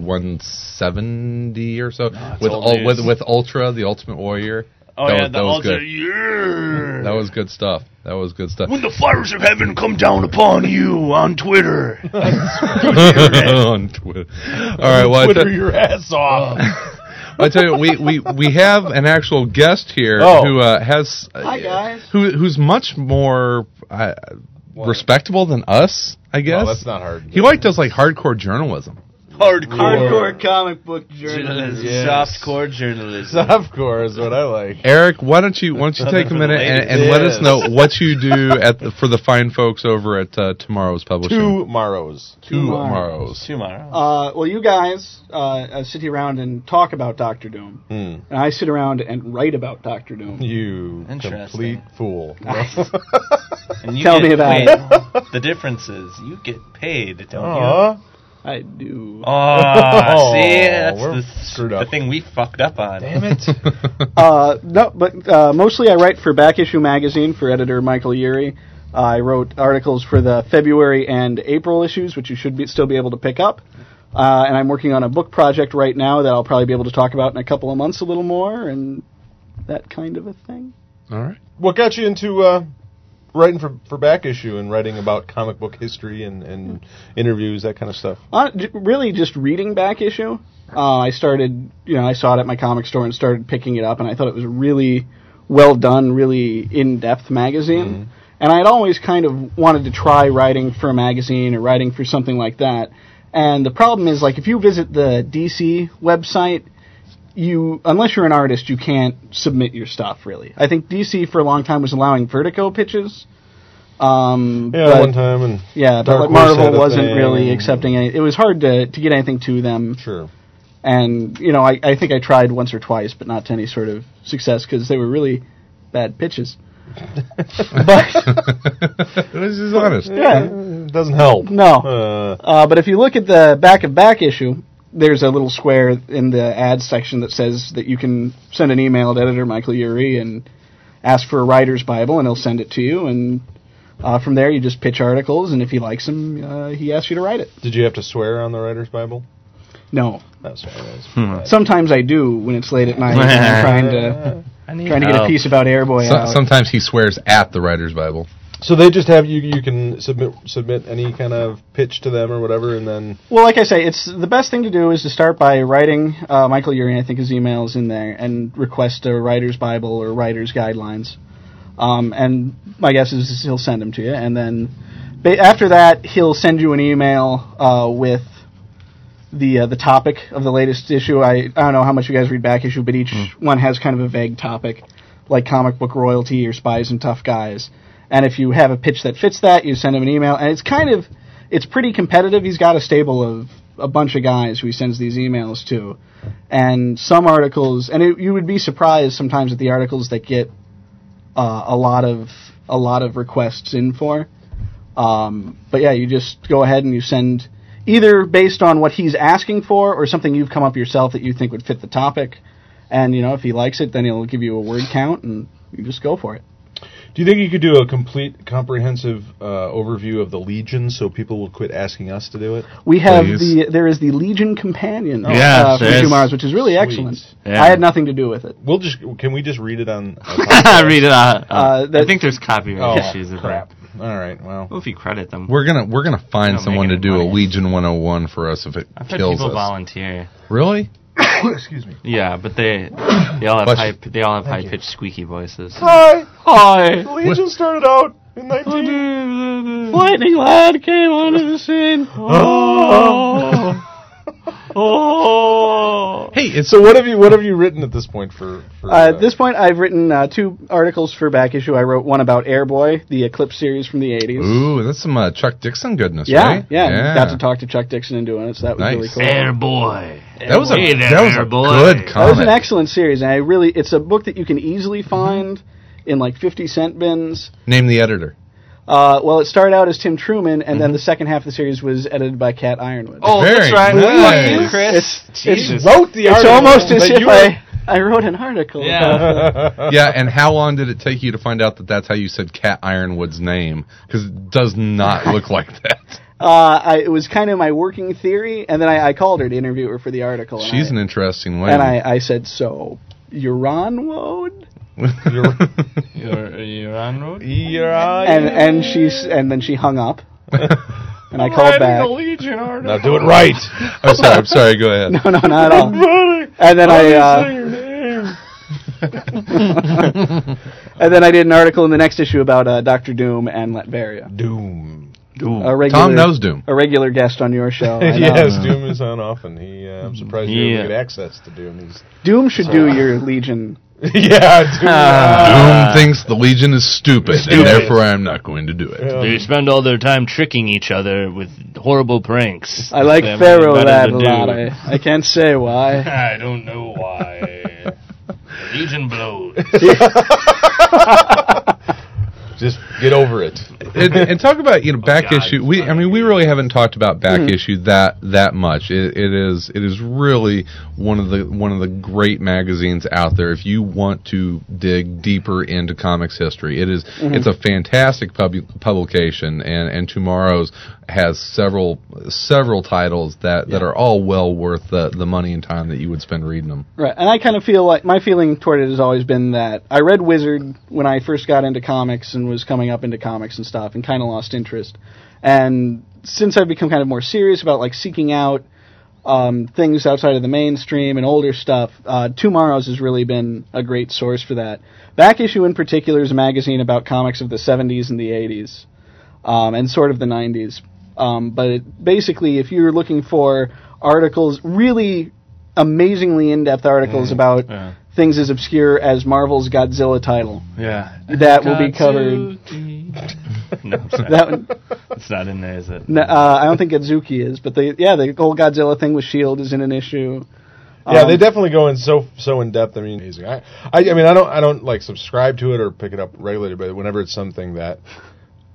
170 or so with
old
ul-
news.
with with Ultra, the Ultimate Warrior.
oh
That
yeah,
was-
the
that was
Ultra.
good.
Yeah.
That was good stuff. That was good stuff.
When the fires of heaven come down upon you on
(laughs)
Twitter.
(laughs) On Twitter. All right, well, I
Twitter
tell-
your ass off.
I tell you, we, we, we have an actual guest here
Oh.
who uh, has uh,
Hi, guys.
who who's much more uh, respectable than us. I guess
Well, Oh, that's not hard.
he like
(laughs)
does like hardcore journalism.
Hardcore comic book journalism.
Journalism.
Yes.
Softcore journalism.
Softcore is what I like.
Eric, why don't you why don't you take a
for the
minute and, and
ladies.
let us
Yes.
know what you do at the, for the fine folks over at uh, Tomorrow's Publishing.
Two Morrows.
Tomorrow's.
Tomorrow.
Uh, well, you guys uh, uh, sit around and talk about Doctor Doom,
Hmm.
and I sit around and write about
(laughs)
Doctor Doom.
You
Interesting.
complete fool.
And you
Tell
get-
me about
wait,
it.
(laughs) The difference is you get paid, don't you? (laughs)
Aw.
I do.
Oh, see, that's
we're
the,
screwed
the
up.
thing we fucked up on.
Damn
(laughs)
it.
(laughs)
Uh, no, but uh, mostly I write for Back Issue Magazine for editor Michael Urey. I wrote articles for the February and April issues, which you should be, still be able to pick up. Uh, and I'm working on a book project right now that I'll probably be able to talk about in a couple of months a little more and that kind of a thing.
All right.
what got you into uh, writing for, for back issue and writing about comic book history and,
Hmm.
and interviews, that kind of stuff?
Uh, j- really, just reading back issue. Uh, I started, you know, I saw it at my comic store and started picking it up, and I thought it was a really well done, really in depth magazine.
Mm-hmm.
And I had always kind of wanted to try writing for a magazine or writing for something like that. And the problem is, like, if you visit the DC website, you unless you're an artist, you can't submit your stuff. Really, I think DC for a long time was allowing Vertigo pitches. Um,
Yeah,
but-
one time. and
yeah, but
Dark
like
Horse had
Marvel
a
wasn't
thing.
really accepting any. It was hard to, to get anything to them,
Sure.
and you know, I, I think I tried once or twice, but not to any sort of success because they were really bad pitches.
this is honest.
Yeah,
It doesn't help.
no.
Uh,
Uh, but if you look at the back of back issue, there's a little square in the ad section that says that you can send an email to editor Michael Urey and ask for a writer's Bible, and he'll send it to you. And Uh, from there, you just pitch articles, and if he likes them, uh, he asks you to write it.
Did you have to swear on the Writer's Bible?
No,
That's what it was.
sometimes I do when it's late at night. and I'm trying to trying to get a piece about Airboy
Oh. So-
out.
sometimes he swears at the writer's Bible.
So they just have you. You can submit submit any kind of pitch to them or whatever, and then
Well, like I say, it's the best thing to do is to start by writing. Uh, Michael Urien, I think his email is in there, and request a writer's Bible or writer's guidelines. Um, and my guess is he'll send them to you, and then ba- after that, he'll send you an email uh, with the uh, the topic of the latest issue. I, I don't know how much you guys read back issue, but each one has kind of a vague topic, like comic book royalty or spies and tough guys. And if you have a pitch that fits that, you send him an email, and it's kind of it's pretty competitive. He's got a stable of a bunch of guys who he sends these emails to, and some articles. And it, you would be surprised sometimes at the articles that get uh, a lot of a lot of requests in for. Um, but yeah, you just go ahead and you send either based on what he's asking for or something you've come up yourself that you think would fit the topic. And you know, if he likes it, then he'll give you a word count, and you just go for it.
Do you think you could do a complete, comprehensive uh, overview of the Legion so people will quit asking us to do it?
We have
Please.
the there is the Legion Companion
Yeah,
uh,
there
from
is.
Two Mars, which is really
Sweet.
excellent.
Yeah.
I had nothing to do with it.
We'll just can we just read it
(laughs)
on?
Read it out.
Uh, that-
I think there's copyright
Oh
issues. with
crap!
that.
All right, well,
Well, if you credit them,
We're gonna we're gonna find
Don't make
someone to
any
do a
money.
Legion 101 for us if it
I've had
kills
people
us.
volunteer.
Really?
excuse me.
Yeah, but they they all have
Bless
high
you.
they all have
Thank
high
you.
pitched squeaky voices.
Hi,
Hi.
the Legion started out in 19.
Lightning Lad came onto the scene.
Oh.
(laughs) Hey, it's
So what have you what have you written at this point for? for
Uh, at this point, I've written uh, two articles for back issue. I wrote one about Airboy, the Eclipse series from the '80s.
ooh, that's some uh, Chuck Dixon goodness,
Yeah,
right?
yeah, and Got to talk to Chuck Dixon and doing it, so that was
Nice.
really cool.
Airboy.
That was a
Hey there,
that was a
boy.
good
That was
comic.
Oh, an excellent series, and I really it's a book that you can easily find in like fifty cent bins.
Name the editor. (laughs)
Uh, well, it started out as Tim Truman, and then the second half of the series was edited by Cat Ironwood.
Oh,
Very
that's right.
nice.
Fuck you, Chris.
It's, it's,
Jesus.
wrote the
it's
article,
almost as
but
if
(laughs)
you
I, I wrote an article.
Yeah.
(laughs)
were- (laughs)
Yeah, and how long did it take you to find out that that's how you said Cat
(laughs)
Ironwood's name? Because it does not look like that.
Uh, I, it was kind of my working theory, and then I, I called her to interview her for the article. and
She's
I-
an interesting lady. (laughs)
And I, I said, so, Uranwoad?
(laughs)
You're, you're on road.
You're out.
And and she s- and then she hung up, and I called back.
Now do it right.
I'm sorry. I'm sorry. Go ahead.
(laughs) No, no, not at all. And then I uh, (laughs) and then I did an article in the next issue about uh, Doctor Doom and Latveria.
Doom.
Oh.
A regular,
Tom knows Doom.
a regular guest on your show. I
(laughs)
know. (laughs)
yes, Doom is on often. He, uh, I'm surprised you
Yeah.
ever get access to Doom.
(laughs)
He's (laughs)
Doom should do your Legion.
yeah, Doom.
Ah. Uh,
Doom thinks the Legion is stupid, and therefore I'm not going to do it.
They spend all their time tricking each other with horrible pranks.
I like
They have
Pharaoh
nothing
Lad
better
a
to do.
lot. I, I can't say why.
(laughs)
I don't know why. Legion
(laughs)
blows.
Just get over it.
and, and talk about you know back
God,
issue. We I mean we really haven't talked about back
Mm-hmm.
issue that that much. It, it is it is really one of the one of the great magazines out there. If you want to dig deeper into comics history, it is-
Mm-hmm.
Mm-hmm.
it's a fantastic pub- publication, and and tomorrow's has several several titles that that are all well worth the the money and time that you would spend reading them.
Right, and I kind of feel like my feeling toward it has always been that I read Wizard when I first got into comics and was coming up into comics and stuff, and kind of lost interest. And since I've become kind of more serious about like seeking out um, things outside of the mainstream and older stuff, uh, Tomorrow's has really been a great source for that. Back issue in particular is a magazine about comics of the '70s and the '80s, um, and sort of the '90s. Um, but it, basically, if you're looking for articles, really amazingly in-depth
Mm.
articles about things as obscure as Marvel's Godzilla title.
Yeah.
That will be covered.
No, I'm sorry.
(laughs) That
it's not in there, is it?
n- uh, I don't think Godzuki is, but the yeah, the whole Godzilla thing with Shield E is in an issue.
Yeah,
Um,
they definitely go in so so in depth. I mean, amazing. I, I I mean, I don't I don't like subscribe to it or pick it up regularly, but whenever it's something that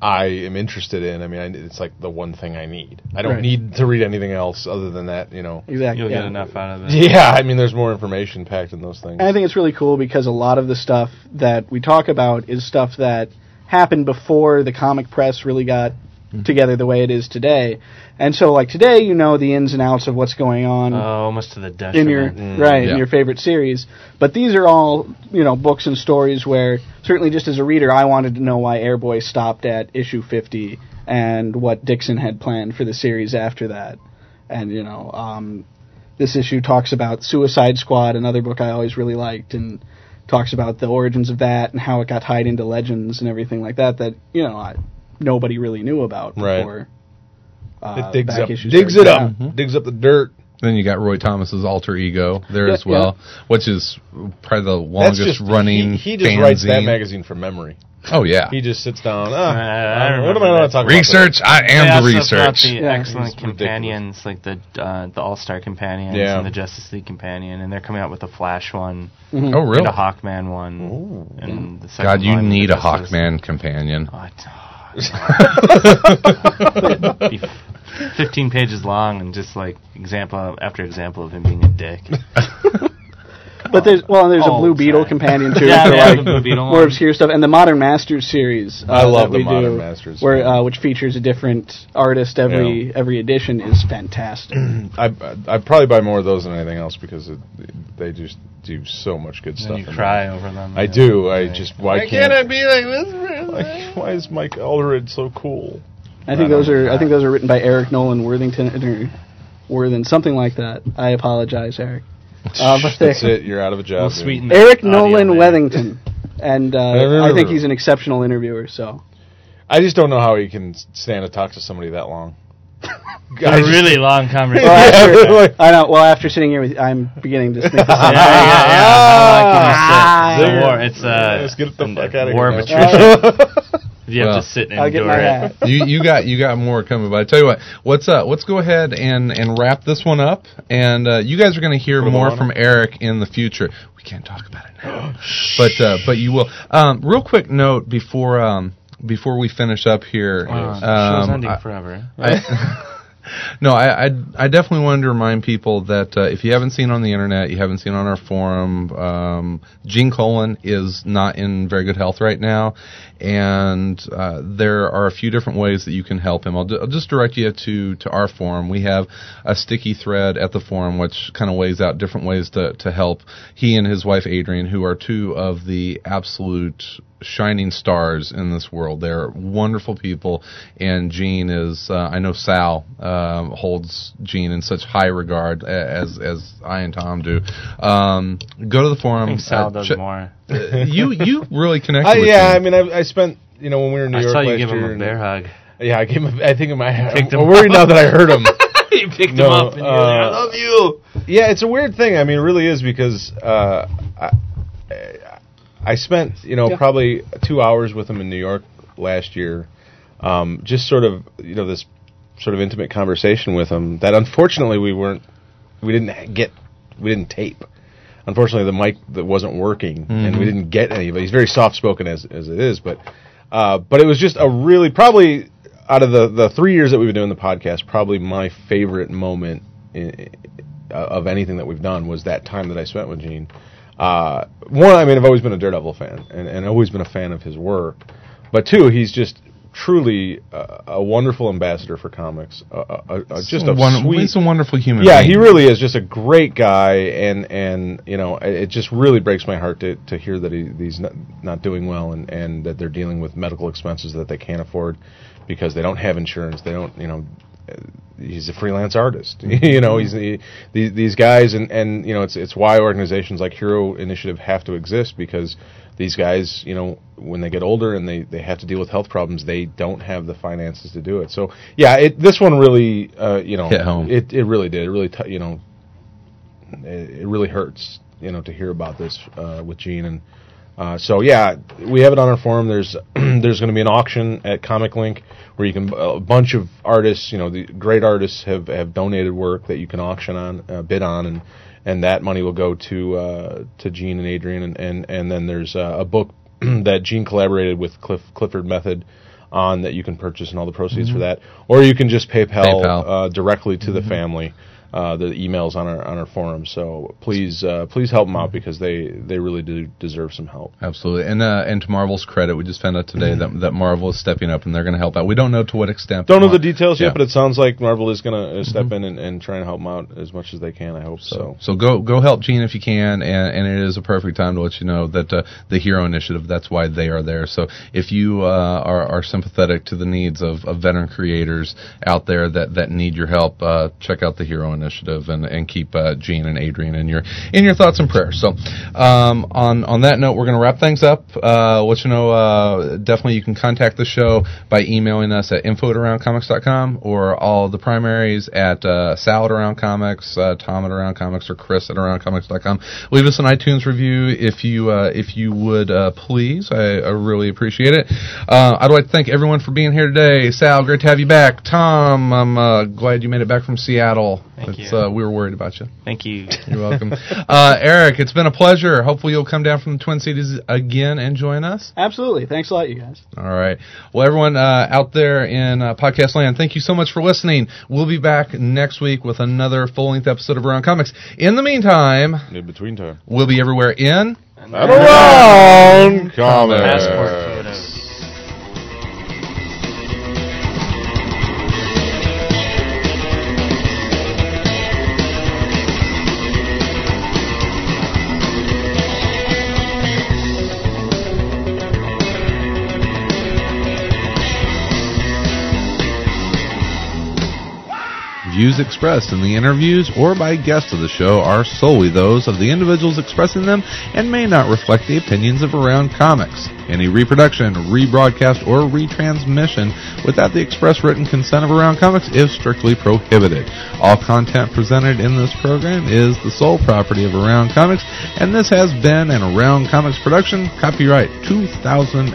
I am interested in, I mean, I, it's like the one thing I need. I don't
Right.
need to read anything else other than that, you
(laughs)
know.
exactly.
You'll
yeah.
get enough out of it.
Yeah, I mean, there's more information packed in those things.
And I think it's really cool because a lot of the stuff that we talk about is stuff that happened before the comic press really got together the way it is today. And so, like today, you know the ins and outs of what's going on
Uh,
Oh, almost to the
in
detriment.
your right
yeah.
in your favorite series. But these are all you know books and stories where certainly just as a reader, I wanted to know why Airboy stopped at issue fifty and what Dixon had planned for the series after that. And you know, um, this issue talks about Suicide Squad, another book I always really liked, and talks about the origins of that and how it got tied into Legends and everything like that. That you know, I, nobody really knew about
Right.
before. Uh,
it digs
back
up,
issues Mm-hmm.
digs it
started
up,
coming out.
digs up the dirt.
Then you got Roy Thomas's alter ego there
Yeah,
as well, which is probably the
That's
longest
just
running.
He, he just
fanzine.
writes that magazine from memory.
Oh yeah,
He just sits
I
down. Ah, what
remember
am I
that.
going to talk about?
research. I
They
am the
also brought
research.
The
Yeah,
excellent
it's
companions, like the uh, the All Star companions
Yeah.
and the Justice League companion, and they're coming out with a Flash one
Mm-hmm.
Oh really?
and a Hawkman one. And the second
God, you
volume of
need a
Justice-
Hawkman companion.
Oh, it'd
(laughs)
be (laughs) Fifteen pages long, and just like example after example of him being a dick.
But there's well, there's a
Oh,
All
Blue
the
Beetle
time.
companion
(laughs)
(laughs)
too
Yeah,
for
yeah,
like
the Blue Beetle
more
one.
obscure stuff, and the Modern Masters series. Uh,
I love the
that we
Modern
do,
Masters.
where uh, which features a different artist every
Yeah.
every edition is
(clears throat)
fantastic.
I I I'd probably buy more of those than anything else because it, they just do so much good
And
stuff.
you
in
cry over them.
I
Yeah.
do. I just why, can't,
it be like
Like, why is Mike Eldred so cool?
I think those are I think those are written by Eric Nolan Worthington or Worthen something like that. I
(laughs)
apologize, Eric. Uh, but
That's
they-
it. You're out of a job.
We'll
dude.
sweeten the
(laughs) Eric
audio
Nolan
later.
Worthington,
(laughs)
and uh, I,
remember.
think he's an exceptional
(laughs)
interviewer. So
I just don't know how he can stand to talk to somebody that long.
A really long conversation.
well,
Yeah,
after,
like-
I know. Well, after sitting here with, I'm beginning to think this
(laughs) yeah,
is
yeah, yeah.
Ah.
How long can you sit? It's a war. It's uh,
Let's get the
an-
fuck out of
war
here.
of
now.
attrition.
(laughs)
You have
Well,
to sit and
I'll get
endure
my
it.
hat.
you you got you got more coming, but I tell you what, what's up? Let's go ahead and and wrap this one up, and uh, you guys are going to hear
Put 'em
more
on.
from Eric in the future. We can't talk about it
(gasps)
now, but uh, but you will. Um, real quick note before um before we finish up here.
Wow, show's
um,
ending
I-
forever.
I- (laughs) no, I, I I definitely wanted to remind people that uh, if you haven't seen on the internet, you haven't seen on our forum, um, Gene Colan is not in very good health right now, and uh, there are a few different ways that you can help him. I'll, d- I'll just direct you to to our forum. We have a sticky thread at the forum which kind of lays out different ways to to help. He and his wife Adrian, who are two of the absolute shining stars in this world. They're wonderful people, and Gene is. Uh, I know Sal um, holds Gene in such high regard a- as as I and Tom do. Um, go to the forum.
I think Sal
uh,
does
che-
more.
you
(laughs)
you really connect.
I,
with
yeah,
him.
I mean, I, I spent you know when we were in New
I
York
saw you
last
give
year.
him a
and-
bear hug.
(laughs) Yeah, I gave him. I think him. I
Kicked
I'm
him
worried now that I
(laughs)
hurt him.
you picked
No,
him up and you were like, I
uh,
love you.
Yeah, it's a weird thing. I mean, it really is because uh, I, I spent you know probably two hours with him in New York last year, um, just sort of you know this sort of intimate conversation with him that unfortunately we weren't we didn't get we didn't tape. Unfortunately, the mic that wasn't working, and we didn't get any. But he's very soft spoken as as it is. But uh, but it was just a really probably out of the the three years that we've been doing the podcast, probably my favorite moment in, uh, of anything that we've done was that time that I spent with Gene. Uh, one, I mean, I've always been a Daredevil fan and, and always been a fan of his work. But two, he's just truly a, a wonderful ambassador for comics. A, a, a- a- just a
Wonder-
sweet,
he's a wonderful human.
yeah,
being.
he really is just a great guy, and and you know, it, it just really breaks my heart to, to hear that he, he's not, not doing well, and and that they're dealing with medical expenses that they can't afford because they don't have insurance. They don't, you know, uh, he's a freelance artist. (laughs) you know, he's the, the, these guys, and and you know, it's it's why organizations like Hero Initiative have to exist because these guys, you know, when they get older and they, they have to deal with health problems, they don't have the finances to do it. So yeah, it, this one really, uh, you know,
Hit home.
it it really did. It really, t- you know, it, it really hurts, you know, to hear about this uh, with Gene and. Uh, so yeah, we have it on our forum. There's (clears throat) there's going to be an auction at Comic Link where you can a bunch of artists, you know, the great artists have, have donated work that you can auction on, uh, bid on, and and that money will go to uh, to Gene and Adrian, and and, and then there's uh, a book (clears throat) that Gene collaborated with Cliff Clifford Method on that you can purchase, and all the proceeds for that, or you can just PayPal,
Mm-hmm. PayPal.
Uh, directly uh, to the family. uh, the emails on our on our forum. So please uh, please help them out because they they really do deserve some help.
Absolutely, and uh, and to Marvel's credit, we just found out
(clears throat)
today that that Marvel is stepping up and they're going to help out. We don't know to what extent.
Don't know the details
Yeah.
yet, but it sounds like Marvel is going to step in and, and try and help them out as much as they can. I hope so.
So go go help Gene if you can, and, and it is a perfect time to let you know that uh, the Hero Initiative. That's why they are there. So if you uh, are, are sympathetic to the needs of, of veteran creators out there that, that need your help, uh, check out the Hero Initiative and, and keep uh, Gene and Adrian in your in your thoughts and prayers. So um, on on that note, we're going to wrap things up. Uh, let you know, uh, definitely you can contact the show by emailing us at info aroundcomics.com or all the primaries at uh, Sal at Around Comics, uh, Tom at Around Comics, or Chris at aroundcomics.com. Leave us an iTunes review if you uh, if you would uh, please. I, I really appreciate it. Uh, I'd like to thank everyone for being here today. Sal, great to have you back. Tom, I'm uh, glad you made it back from Seattle.
Thank
It's,
you.
Uh, we were worried about you.
Thank you. (laughs)
You're welcome. (laughs) uh, Eric, it's been a pleasure. Hopefully, you'll come down from the Twin Cities again and join us.
Absolutely. Thanks a lot, you guys.
All right. Well, everyone uh, out there in uh, podcast land, thank you so much for listening. We'll be back next week with another full length episode of Around Comics. In the meantime,
In between time.
we'll be everywhere in.
Around
Passport
comics.
photos.
Views expressed in the interviews or by guests of the show are solely those of the individuals expressing them and may not reflect the opinions of Around Comics. Any reproduction, rebroadcast, or retransmission without the express written consent of Around Comics is strictly prohibited. All content presented in this program is the sole property of Around Comics, and this has been an Around Comics production, copyright 2008.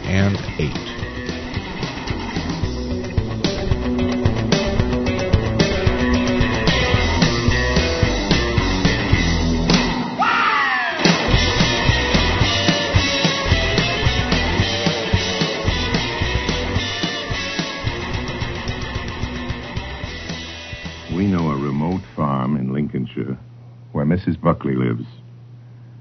We know a remote farm in Lincolnshire where Mrs. Buckley lives.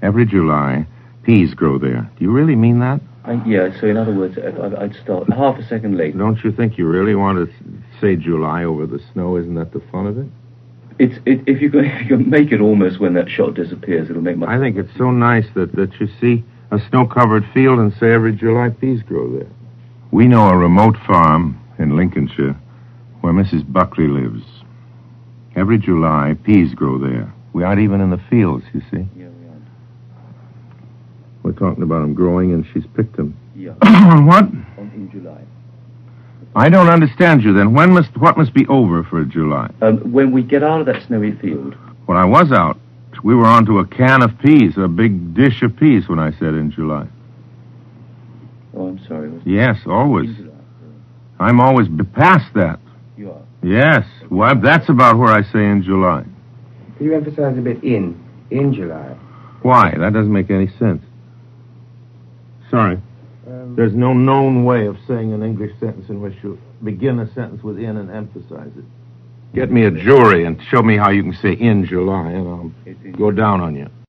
Every July, peas grow there. Do you really mean that?
yeah, so in other words, I- I- I'd start half a second late.
Don't you think you really want to s- say July over the snow? Isn't that the fun of it?
It's it, if you can, (laughs) if you can make it almost when that shot disappears, it'll make my.
I think it's so nice that, that you see a snow covered field and say every July peas grow there. We know a remote farm in Lincolnshire where Mrs. Buckley lives. Every July, peas grow there. We aren't even in the fields, you see.
Yeah, we are.
We're talking about them growing, and she's picked them.
Yeah,
(laughs) what?
on, in July.
I don't understand you then. When must what must be over for July?
Um, when we get out of that snowy field,
When I was out, we were onto a can of peas, a big dish of peas when I said in July.
oh, I'm sorry, was
Yes, always.
in July.
I'm always b- past that.
You are.
Yes. Well, that's about where I say in July.
Can you emphasize a bit in? In July.
Why? That doesn't make any sense. Sorry.
Um,
There's no known way of saying an English sentence in which you begin a sentence with in and emphasize it. Get me a jury and show me how you can say in July, and I'll
It's in
go down on you.